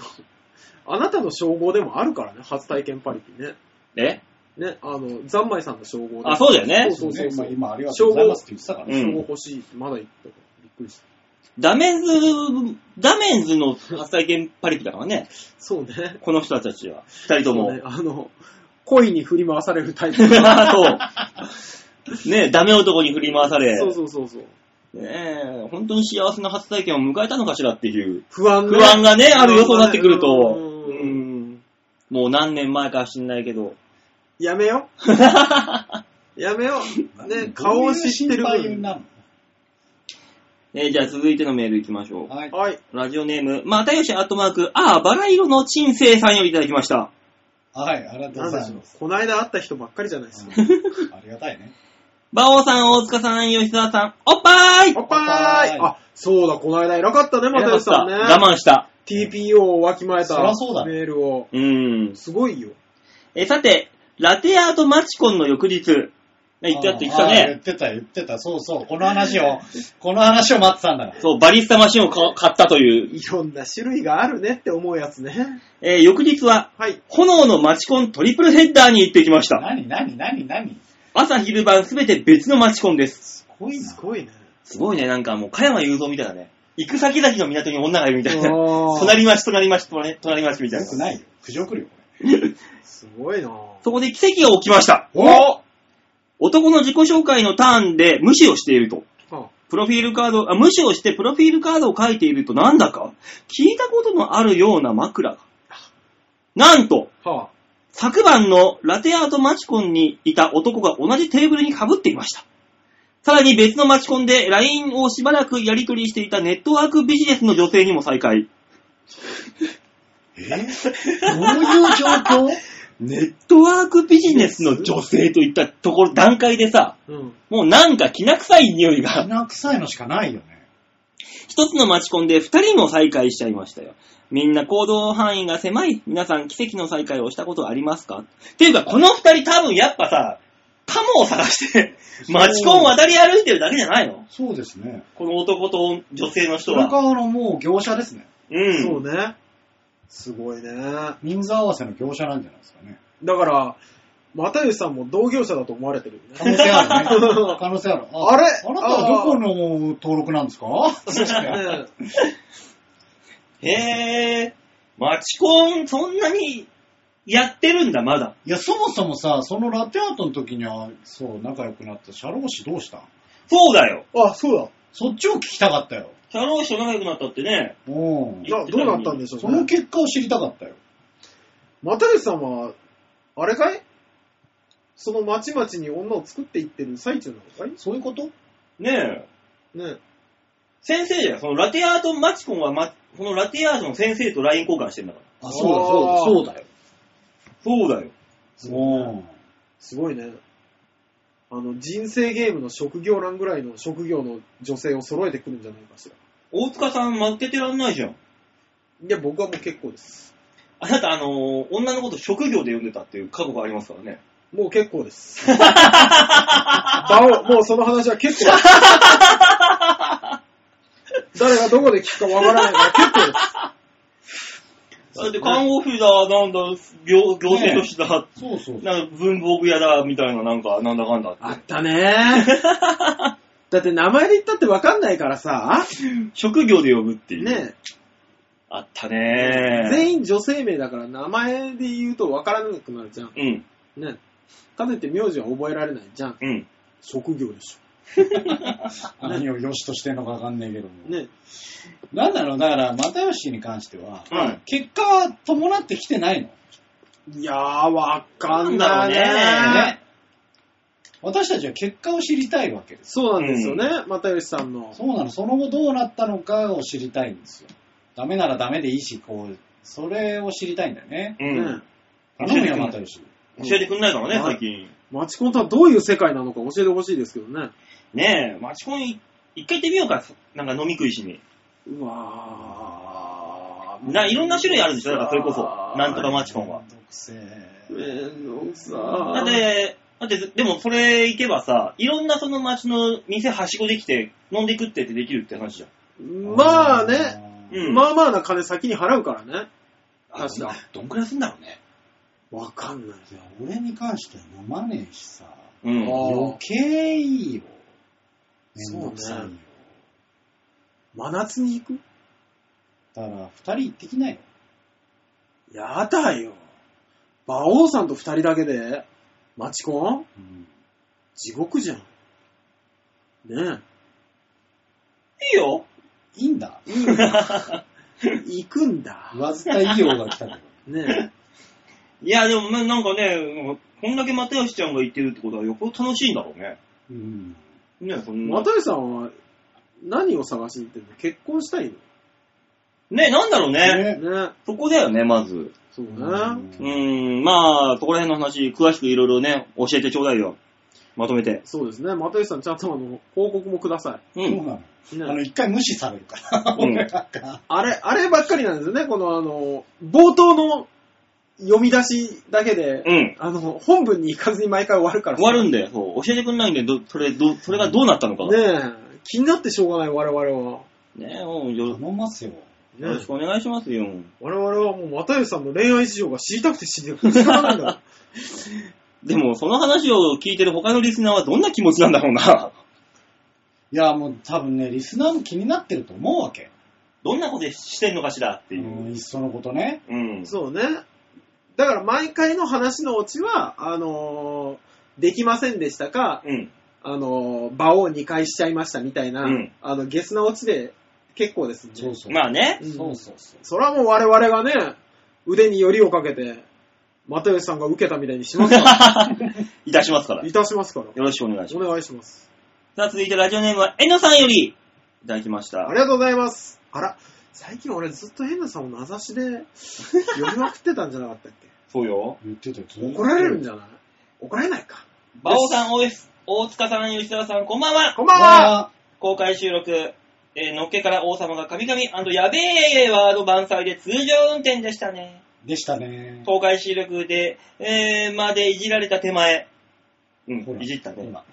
A: あなたの称号でもあるからね、初体験パリピね。
B: え
A: ね、あの、ざんまいさんの称号で。
B: あ、そうだよね。
A: そうそうそう
C: ね今、今ありがとうございますって言ってたから
B: う
C: ね。
A: 称
B: ん
A: 号欲しいってまだ言ってたからびっくりした。
B: ダメンズ、ダメンズの初体験パリピだからね。
A: そうね。
B: この人たちは。二人とも。
A: ねあの、恋に振り回されるタイプ。
B: そう。ねえダメ男に振り回され。
A: そうそうそうそう。
B: ねえ、本当に幸せな初体験を迎えたのかしらっていう。
A: 不安ね
B: 不安がね、あるよ、そうなってくると。
A: う
B: うんん。もう何年前かは知んないけど。
A: やめよ。やめよ。ね、顔を知ってる
C: どういう心配に
A: 分。
C: なる
B: えーじゃあ続いてのメールいきましょう
C: の。はい。
A: はい。
B: ラジオネーム、またよしアットマーク、ああ、バラ色の鎮静さんよりいただきました。
C: はい、ありがと
A: な
C: うご
A: ん
C: ざ
A: でし
C: い
A: ょう
C: ます。。
A: こないだ会った人ばっかりじゃないですか。
C: うんありがたいね。
B: 馬王さん、大塚さん、吉沢さん、おっぱーい
A: おっぱーい
C: おっぱーい
A: あ、そうだ、この間偉かったね、またよしさんね。
B: 我慢した。
A: TPO をわきまえ
C: そ
A: た
C: らそうだ
A: メールを。
B: うーん。
A: すごいよ。
B: え、さて、ラテアートマチコンの翌日。ね言ったって言ってた
C: あー言っ
B: ね。
C: てた、言ってた。そうそう。この話を、この話を待ってたんだから。
B: そう、バリスタマシンをか買ったという。
A: いろんな種類があるねって思うやつね。
B: えー翌日は、
A: はい。
B: 炎のマチコントリプルヘッダーに行ってきました。
C: 何、何、何、何
B: 朝昼晩すべて別のマチコンです。
C: すごいな
A: す。ごいね。
B: すごいね、なんかもう、加山雄三みたいなね。行く先々の港に女がいるみたいな。
A: おー
B: 隣町、隣町、隣隣町みたい
C: よくな
B: な。
C: いよ。苦情来るよ、
A: すごいな
B: そこで奇跡が起きました。
C: これ。お
B: 男の自己紹介のターンで無視をしていると。
A: あ
B: プロフィールカード、あ無視をしてプロフィールカードを書いているとなんだか聞いたことのあるような枕が。なんと、
A: はあ、
B: 昨晩のラテアートマチコンにいた男が同じテーブルに被っていました。さらに別のマチコンで LINE をしばらくやり取りしていたネットワークビジネスの女性にも再会。
C: えどういう状況
B: ネットワークビジネスの女性といったところ、段階でさ、
A: うん。
B: もうなんか気な臭い匂いが。
C: 鼻臭いのしかないよね。
B: 一つの町コンで二人も再会しちゃいましたよ。みんな行動範囲が狭い。皆さん奇跡の再会をしたことありますかっていうか、この二人多分やっぱさ、カモを探して、町コン渡り歩いてるだけじゃないの
C: そうですね。
B: この男と女性の人
C: それか
B: は。
C: あの、もう業者ですね。
B: う。
A: そうんね。すごいね。だ
C: 人数合わせの業者なんじゃないですかね。
A: から、又吉さんも同業者だと思われてるよ
C: 可
A: ね。
C: 能性あるね。可能性ある。
A: あれ
C: あなたはどこの登録なんですか
A: ねえ
B: へぇー。町コン、そんなにやってるんだ、まだ。
C: いや、そもそもさ、そのラテアートの時には、そう、仲良くなった社労士どうしたん
B: そうだよ。
A: あ、そうだ。
C: そっちを聞きたかったよ。
B: キャロー氏と仲良くなったってね。
C: うん。
A: などうなったんでしょ
C: そうの
A: ね。
C: 結果を知りたかったよ。
A: 又吉さんは、あれかいその町々に女を作っていってる最中なのかい
C: そういうこと
B: ねえ。
A: ねえ
B: 先生じゃん。そのラテアートマチコンは、ま、このラテアートの先生と LINE 交換してんだから。
C: あ、そうだ、そうだ、
A: あー
C: そうだよ。
B: そうだよ。
C: うん。
A: すごいね。あの、人生ゲームの職業欄ぐらいの職業の女性を揃えてくるんじゃないかしら。
B: 大塚さん負けてらんないじゃん。
A: いや、僕はもう結構です。
B: あなた、あのー女のこと職業で呼んでたっていう過去がありますからね。
A: もう結構 です。バオ、もうその話は結 構です。誰がどこで聞くかわからないから結構です。
B: だって看護婦だ、なんだ、行行政書士だ、
C: そうそう。
B: なんか文房具屋だ、みたいな、なんか、なんだかんだって。
A: たねだって名前で言ったってわかんないからさ、
B: 職業で呼ぶっていう。
A: ね
B: あった
A: え、
B: ね
A: 全員女性名だから名前で言うとわからなくなるじゃん。
B: 員。
A: ねえ、かといって名字は覚えられないじゃん。
B: うん、うん。
A: 職業でし
C: 何を良しとしてんのかわかんないけども。
A: ね。
C: なんだろう、だから、又吉に関しては、
B: うん
C: 結果は伴ってきてないの。
A: いやー、わかんな
B: な
A: んい
B: だろうね
A: ね。
C: ね。私たちは結果を知りたいわけです。
A: そうなんですよね、又吉さんの。
C: そうなの、その後どうなったのかを知りたいんですよ。ダメならダメでいいし、こう、それを知りたいんだよね。
B: うん。
A: ね
C: 頼むよ、又吉。
B: 教えてくんないからね、
A: うん
B: 最近。
A: マチコンとはどういう世界なのか教えてほしいですけどね。
B: ねえ、マチコンい一回行ってみようか、なんか飲み食いしに。
A: うわー。
B: ないろんな種類あるんですよだからそれこそなんとかマチコンは
C: めんどくせえ
A: めんどくさ
B: だ
A: ー。
B: って、だって、でもそれ行けばさ、いろんなその街の店はしごできて、飲んで食ってってできるって話じゃん。
A: まあね、。
B: うん
A: まあまあな金先に払うからね。確かに
B: どんくらいすんだろうね。
A: わかんない。
C: いや、俺に関しては飲まねえしさ、
B: うん。
A: あー
C: 余計いいよ。
A: そ
C: め
A: うんね
C: どくさいよ。
A: 真夏に行く
C: だから、二人行ってきないよ。
A: やだよ。馬王さんと二人だけで、マチコン
C: うん
A: 地獄じゃん。ね
B: いいよ。
C: いいんだ。
A: え。いいんだ行くん だ。
C: 上伝いいよが来たけど。
A: ね
B: いや、でもまなんかね、こんだけ又吉ちゃんが行ってるってことはよっぽど楽しいんだろうね。
C: うん。
B: ねそ
A: え。
B: んな。
A: 又吉さんは何を探しに行ってんの結婚したい
B: ねなんだろうね。
A: のね
B: そこだよね、まず。
A: そうね。
B: うーん、まあ、そこら辺の話、詳しくいろいろね、教えてちょうだいよ。まとめて。
A: そうですね。又吉さん、ちゃんとあの、報告もくださ
B: う。
C: そうなんの。
A: い。
C: あの、
A: ね、
C: 一回無視されるから。
B: うん
C: 俺なんか。
A: あれ、あればっかりなんですよね。このあの、冒頭の読み出しだけで、
B: うん。
A: あの、本文に行かずに毎回終わるから
B: 終わるんだよ。そう。教えてくんないんで、どそれ、ど、それがどうなったのかが。
A: ねえ、気になってしょうがない我々は。
B: ねえ、もうよ
C: 頼、ますよ。
B: よろ
A: ね
B: しくお願いしますよ。
A: 我々はもう、又吉さんの恋愛事情が知りたくて知りたくて仕方ないんだから。
B: でも、その話を聞いてる他のリスナーはどんな気持ちなんだろう な。
C: いや、もう多分ね、リスナーも気になってると思うわけ。
B: どんなことしてんのかしらってい
C: うん
B: う。
C: いっそのことね。
B: うん。
A: そうね。だから毎回の話のオチは、あのーできませんでしたか、
B: うん。
A: あのー、場を2回しちゃいましたみたいな、
B: うん
A: あの、ゲスなオチで結構ですね。
C: そうそう。
B: まあね。
A: うん
C: そうそうそう。
A: それはもう我々がね、腕によりをかけて、又吉さんが受けたみたいにしますか
B: いたしますから。
A: ら。
B: よ
A: いたしますから。
B: ろしくお願いし
A: お
B: ます。
A: 願いします。
B: さあ、続いてラジオネームは、えのさんより、いただきまし
A: あ
B: た。
A: りがとうございます。あら、最近俺ずっと変なさんを名指しで、よりまくってたんじゃなかったっ け
B: そうよ。
C: 言ってたよ。
A: 怒られるん
C: じ
A: じゃない怒られないか。
B: バオさん、OS、大塚さん、吉沢さん、こんばんは。
A: こんばんは
B: 公開収録、えーのっけから王様が神々やべえワード満載で通常運転でしたね。
C: でしたね。
B: 公開収録で、えーまでいじられた手前。う
C: ほ
B: ん、
C: ら
B: いじったね、
C: ほ
B: 今。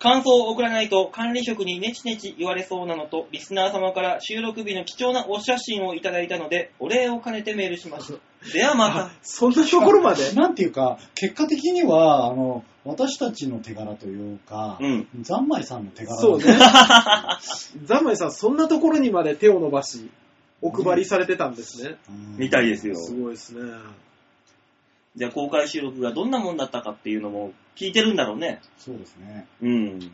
B: 感想を送らないと管理職にネチネチ言われそうなのと、リスナー様から収録日の貴重なお写真をいただいたので、お礼を兼ねてメールしました。ではまた
A: あ。そんなところまで
C: なんていうか、結果的には、あの、私たちの手柄というか、
B: うん。
C: ざんまいさんの手柄
A: そう
C: だ
A: ね。ザムイさん、そんなところにまで手を伸ばし、お配りされてたんですね。
C: うん
B: みたいですよ。
A: すごいですね。
B: じゃあ公開収録がどんなもんだったかっていうのも聞いてるんだろうね。
C: そうですね。
B: うん。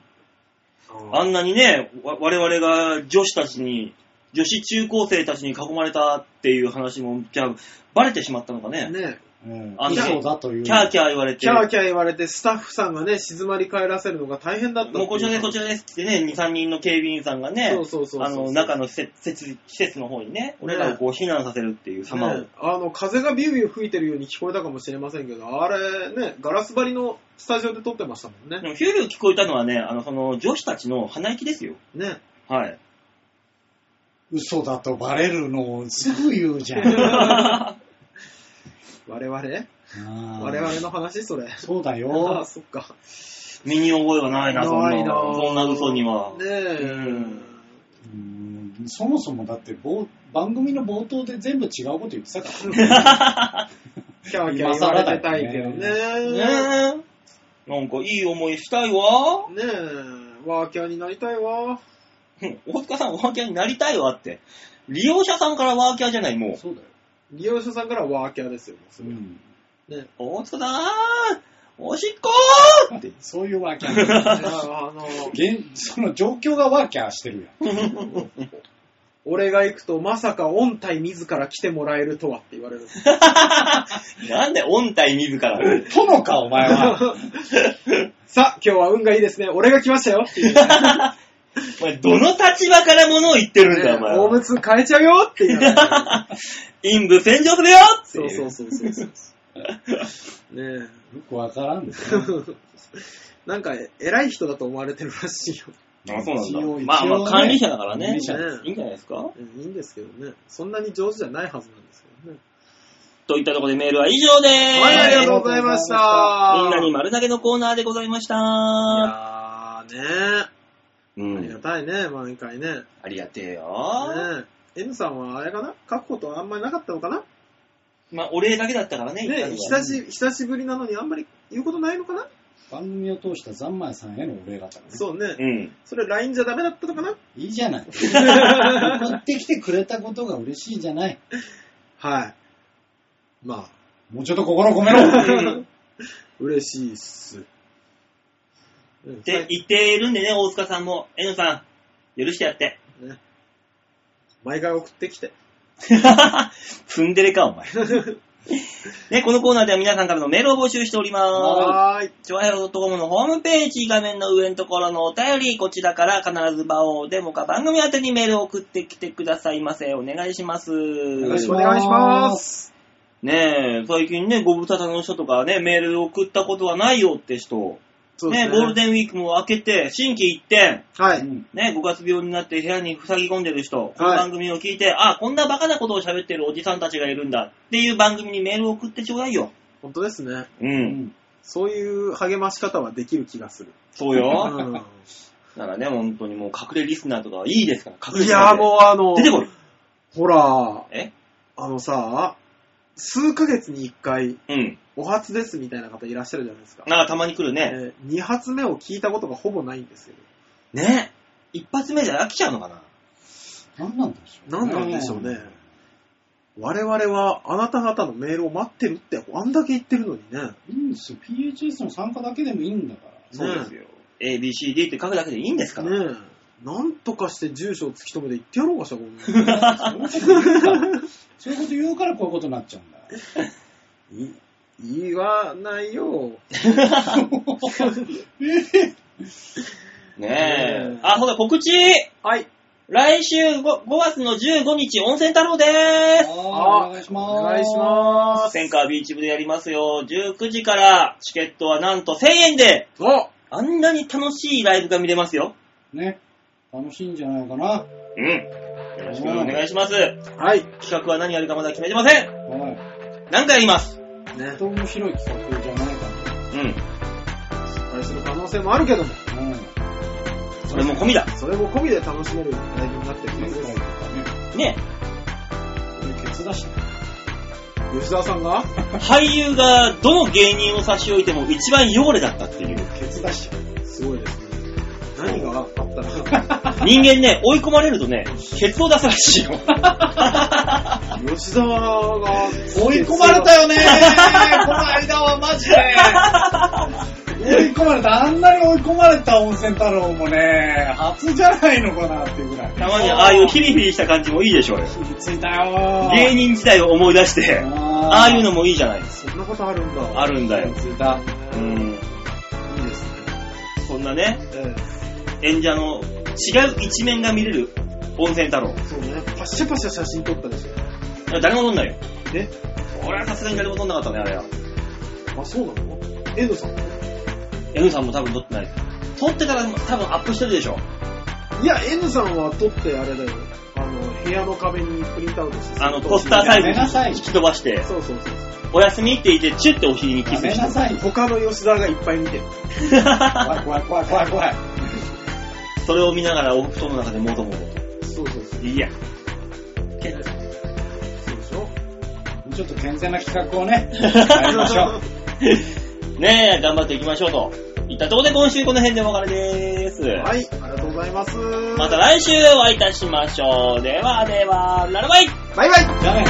B: あんなにね、わ我々が女子たちに、女子中高生たちに囲まれたっていう話も、じゃあ、バレてしまったのかね。
A: ね
C: うん
B: あ。の
C: 以上だという。
B: キャーキャー言われて、
A: キャーキャー言われて、スタッフさんがね、静まり返らせるのが大変だったってい
B: もうこちらです、こちらですってね、2、3人の警備員さんがね
A: そう、そうそうそう。
B: あの、中の施設施設施設の方にね、俺らをこう避難させるっていう様を。
A: ねあの、風がビュービュー吹いてるように聞こえたかもしれませんけど、あれね、ガラス張りのスタジオで撮ってましたもんね。
B: でもヒューヒュー聞こえたのはね、あの、その女子たちの鼻息ですよ。
A: ね。
B: はい。
C: 嘘だとバレるのをすぐ言 うじゃん。
A: 我々我
C: 我
A: 々の話それ。
C: そうだ
A: ああ、
C: よ。
A: そっか。
B: 身に覚えはないな、そんな。
A: ないな
B: そんな嘘には。
A: ねえ。
B: うん
C: うんそもそもだって冒番組の冒頭で全部違うこと言ってたからね。
A: キャーキャー言われてたいけど
B: ねえ。
A: ね。ね
B: なんかいい思いしたいわ。
A: え。ワーキャーになりたいわ。
B: うん大塚さんワーキャーになりたいわって。利用者さんからワーキャーじゃない、もう。
C: そうだよ。
A: 利用者さんからはワーキャーですよ、もうす
C: う
A: ぐ
C: ん
B: 大塚さんおしっこーって。
C: そういうワーキャー。
A: あの、
C: 現その状況がワーキャーしてるやん。
A: 俺が行くと、まさか音体自ら来てもらえるとはって言われる。
B: なんで音体自ら。
C: 殿か、お前は。
A: さあ、今日は運がいいですね。俺が来ましたよっていう。
B: お前、どの立場から物を言ってるんだ、お前
A: おむ
B: は。
A: つ変えちゃうよっていう。
B: 陰部洗浄するよって
A: そ
B: いうう。
A: そうそうそうそう。ね
C: よくわからん
A: え
C: で すね。。
A: なんか、偉い人だと思われてるらしいよ。
B: あ、そう
C: 一応
B: なんだ。
C: 一応
B: まあまあ、管理者だからね
C: 管理。者
A: です
B: いいんじゃないですか
A: うんいいんですけどね。そんなに上手じゃないはずなんですけどね。
B: といったところでメールは以上でーす。
A: はい、ありが
C: と
A: と
C: う
A: うご
C: ござ
A: ざ
C: い
A: い
C: ま
A: ま
C: し
A: したた。
B: みんなに丸投げのコーナーでございました。
A: いやーね
B: う
A: ありが
B: ん。
A: たいね、毎回ね。ね
B: ありがてえよ。
A: え N さんはあれかな書くことはあんまりなかったのかな
B: まあ、お礼だけだったからね。
A: ね
B: 一旦
A: 久し久しぶりなのにあんまり言うことないのかな
C: 番組を通したザンマイさんへのお礼だったからね。
A: そうね。
B: うん。
A: それ LINE じゃダメだったのかない
C: いじゃない。送ってきてくれたことが嬉しいじゃない。
A: はい。ま
C: もうちょっと心込めろ
A: あ、嬉しいっす。うん
B: って言っているんでね、大塚さんも。えのさん、許してやって。
A: ね毎回送ってきて。
B: ツンデレか、お前。ね、このコーナーでは皆さんからのメールを募集しておりま
A: はーい。
B: す。ちょわへろ .com のホームページ画面の上のところのお便り、こちらから必ず場をデモか番組宛てにメールを送ってきてくださいませ。お願いします。
A: よ
C: 願
A: ろ
C: い
A: し
C: し
A: くお
C: ます
A: 願いします。
B: ねえ、最近ね、ご無沙汰の人とかね、メール送ったことはないよって人。
A: そうです
B: ねゴールデンウィークも明けて、新規一転。
A: は
C: う
A: い。
C: ん
B: ね、5月病になって部屋に塞ぎ込んでる人、この番組を聞いて、あ、こんなバカなことを喋ってるおじさんたちがいるんだっていう番組にメールを送ってちょうだいよ。
A: 本当ですね。
B: う。
C: うんん
A: そういう励まし方はできる気がする。
B: そうよ。
A: う
B: ならね、本当にもう隠れリスナーとかはいいですから、隠
A: ん
B: れ
A: い
B: リスナ
A: や
B: ー
A: ーもうあの
B: で。出、てこい。
A: ほら、
B: え
A: あのさ、数ヶ月に一回、
B: うん。
A: お初ですみたいな方いらっしゃるじゃないですか。
B: なんかたまに来るね。
A: え2発目を聞いたことがほぼないんですよ。
B: ね。一発目じゃ飽きちゃうのかな。
C: 何なんでしょう
A: 何なんでしょうね。我々はあなた方のメールを待ってるって、あんだけ言ってるのにね。
C: いいんですよ。PHS の参加だけでもいいんだから。
B: そうですよ。ABCD って書くだけでいいんですから。
A: ねえ。なんとかして住所を突き止めて言ってやろうかしら、こんなの
C: そういうこと言うからこういうことになっちゃうんだよ。
A: い言わないよ。
B: ねえ
A: ね。
B: あ、ほら、告知
A: はい。
B: 来週 5, 5月の15日、温泉太郎でーす
C: あーお願いします。
A: お願いしま
B: センカービーチ部でやりますよ。19時から、チケットはなんと1000円で、
A: す。お
B: あんなに楽しいライブが見れますよ。
C: ね。楽しいんじゃないかな。は
B: うん。よろしくお願いします。
A: はい。
B: 企画は何やるかまだ決めてません。
C: い。
B: 何回やります。
A: ね
C: とて。も面白い企画じゃないか
B: うん。
A: 失敗する可能性もあるけども、
C: な。うん。
B: それも込みだ。
A: それも込みで楽しめるライブになってるん
C: 前
A: で
C: 回
A: す
C: と。かね、
B: ね。
C: これケツ出したね
A: 吉沢さんが
B: 俳優がどの芸人を差し置いても一番汚れだったっていう。
C: ケツ出した。
A: すごいですね。何があったら、
B: 人間ね、追い込まれるとね、ケツを出すらしい よ。
A: 吉沢が
C: 追い込まれたよねー この間はマジで追い込まれた。あんなに追い込まれた温泉太郎もね、初じゃないのかなっていうぐらい。
B: たまにああいうヒリヒリした感じもいいでしょうよ。
C: 傷ついたよー。
B: 芸人時代を思い出して、あ
C: あ
B: あいうのもいいじゃないですか。
A: そんなことあるんだ。
B: あるんだよ。
C: ついた。
B: うん。
A: いいですね。
B: そんなね、
A: え
B: 演者の違う一面が見れる温泉太郎。
A: えそうね。パシャパシャ写真撮ったでしょ。
B: 誰も撮んないよ。
A: え
B: 俺はさすがに誰も撮んなかったね、あれは。
A: あ、そうなのエドさん
B: N さんも多分撮ってない。撮ってたら多分アップしてるでしょ。
A: いや、N さんは撮ってあれだよ。あの、部屋の壁にプリントアウトして。
B: あの、ポスターサイズに引き飛ばして、
A: そうそうそう
B: お休みって言って、チュッてお尻にキ
C: や
B: ス
C: めな
B: して。
C: さい。
A: そう。他の吉沢がいっぱい見てる。
C: 怖い怖い怖い怖い怖い。
B: それを見ながらお布団の中でもとも
A: そうそうそ
B: と。
A: う。
B: いや。
A: そうでしょ
C: もうちょっと健全な企画を ね、やりましょう。
B: ねえ、頑張っていきましょうと。いったところで今週この辺でお別れです。
A: はい、ありがとうございます。
B: また来週お会いいたしましょう。ではでは、ララバイ
A: バイバイ
C: じゃあね。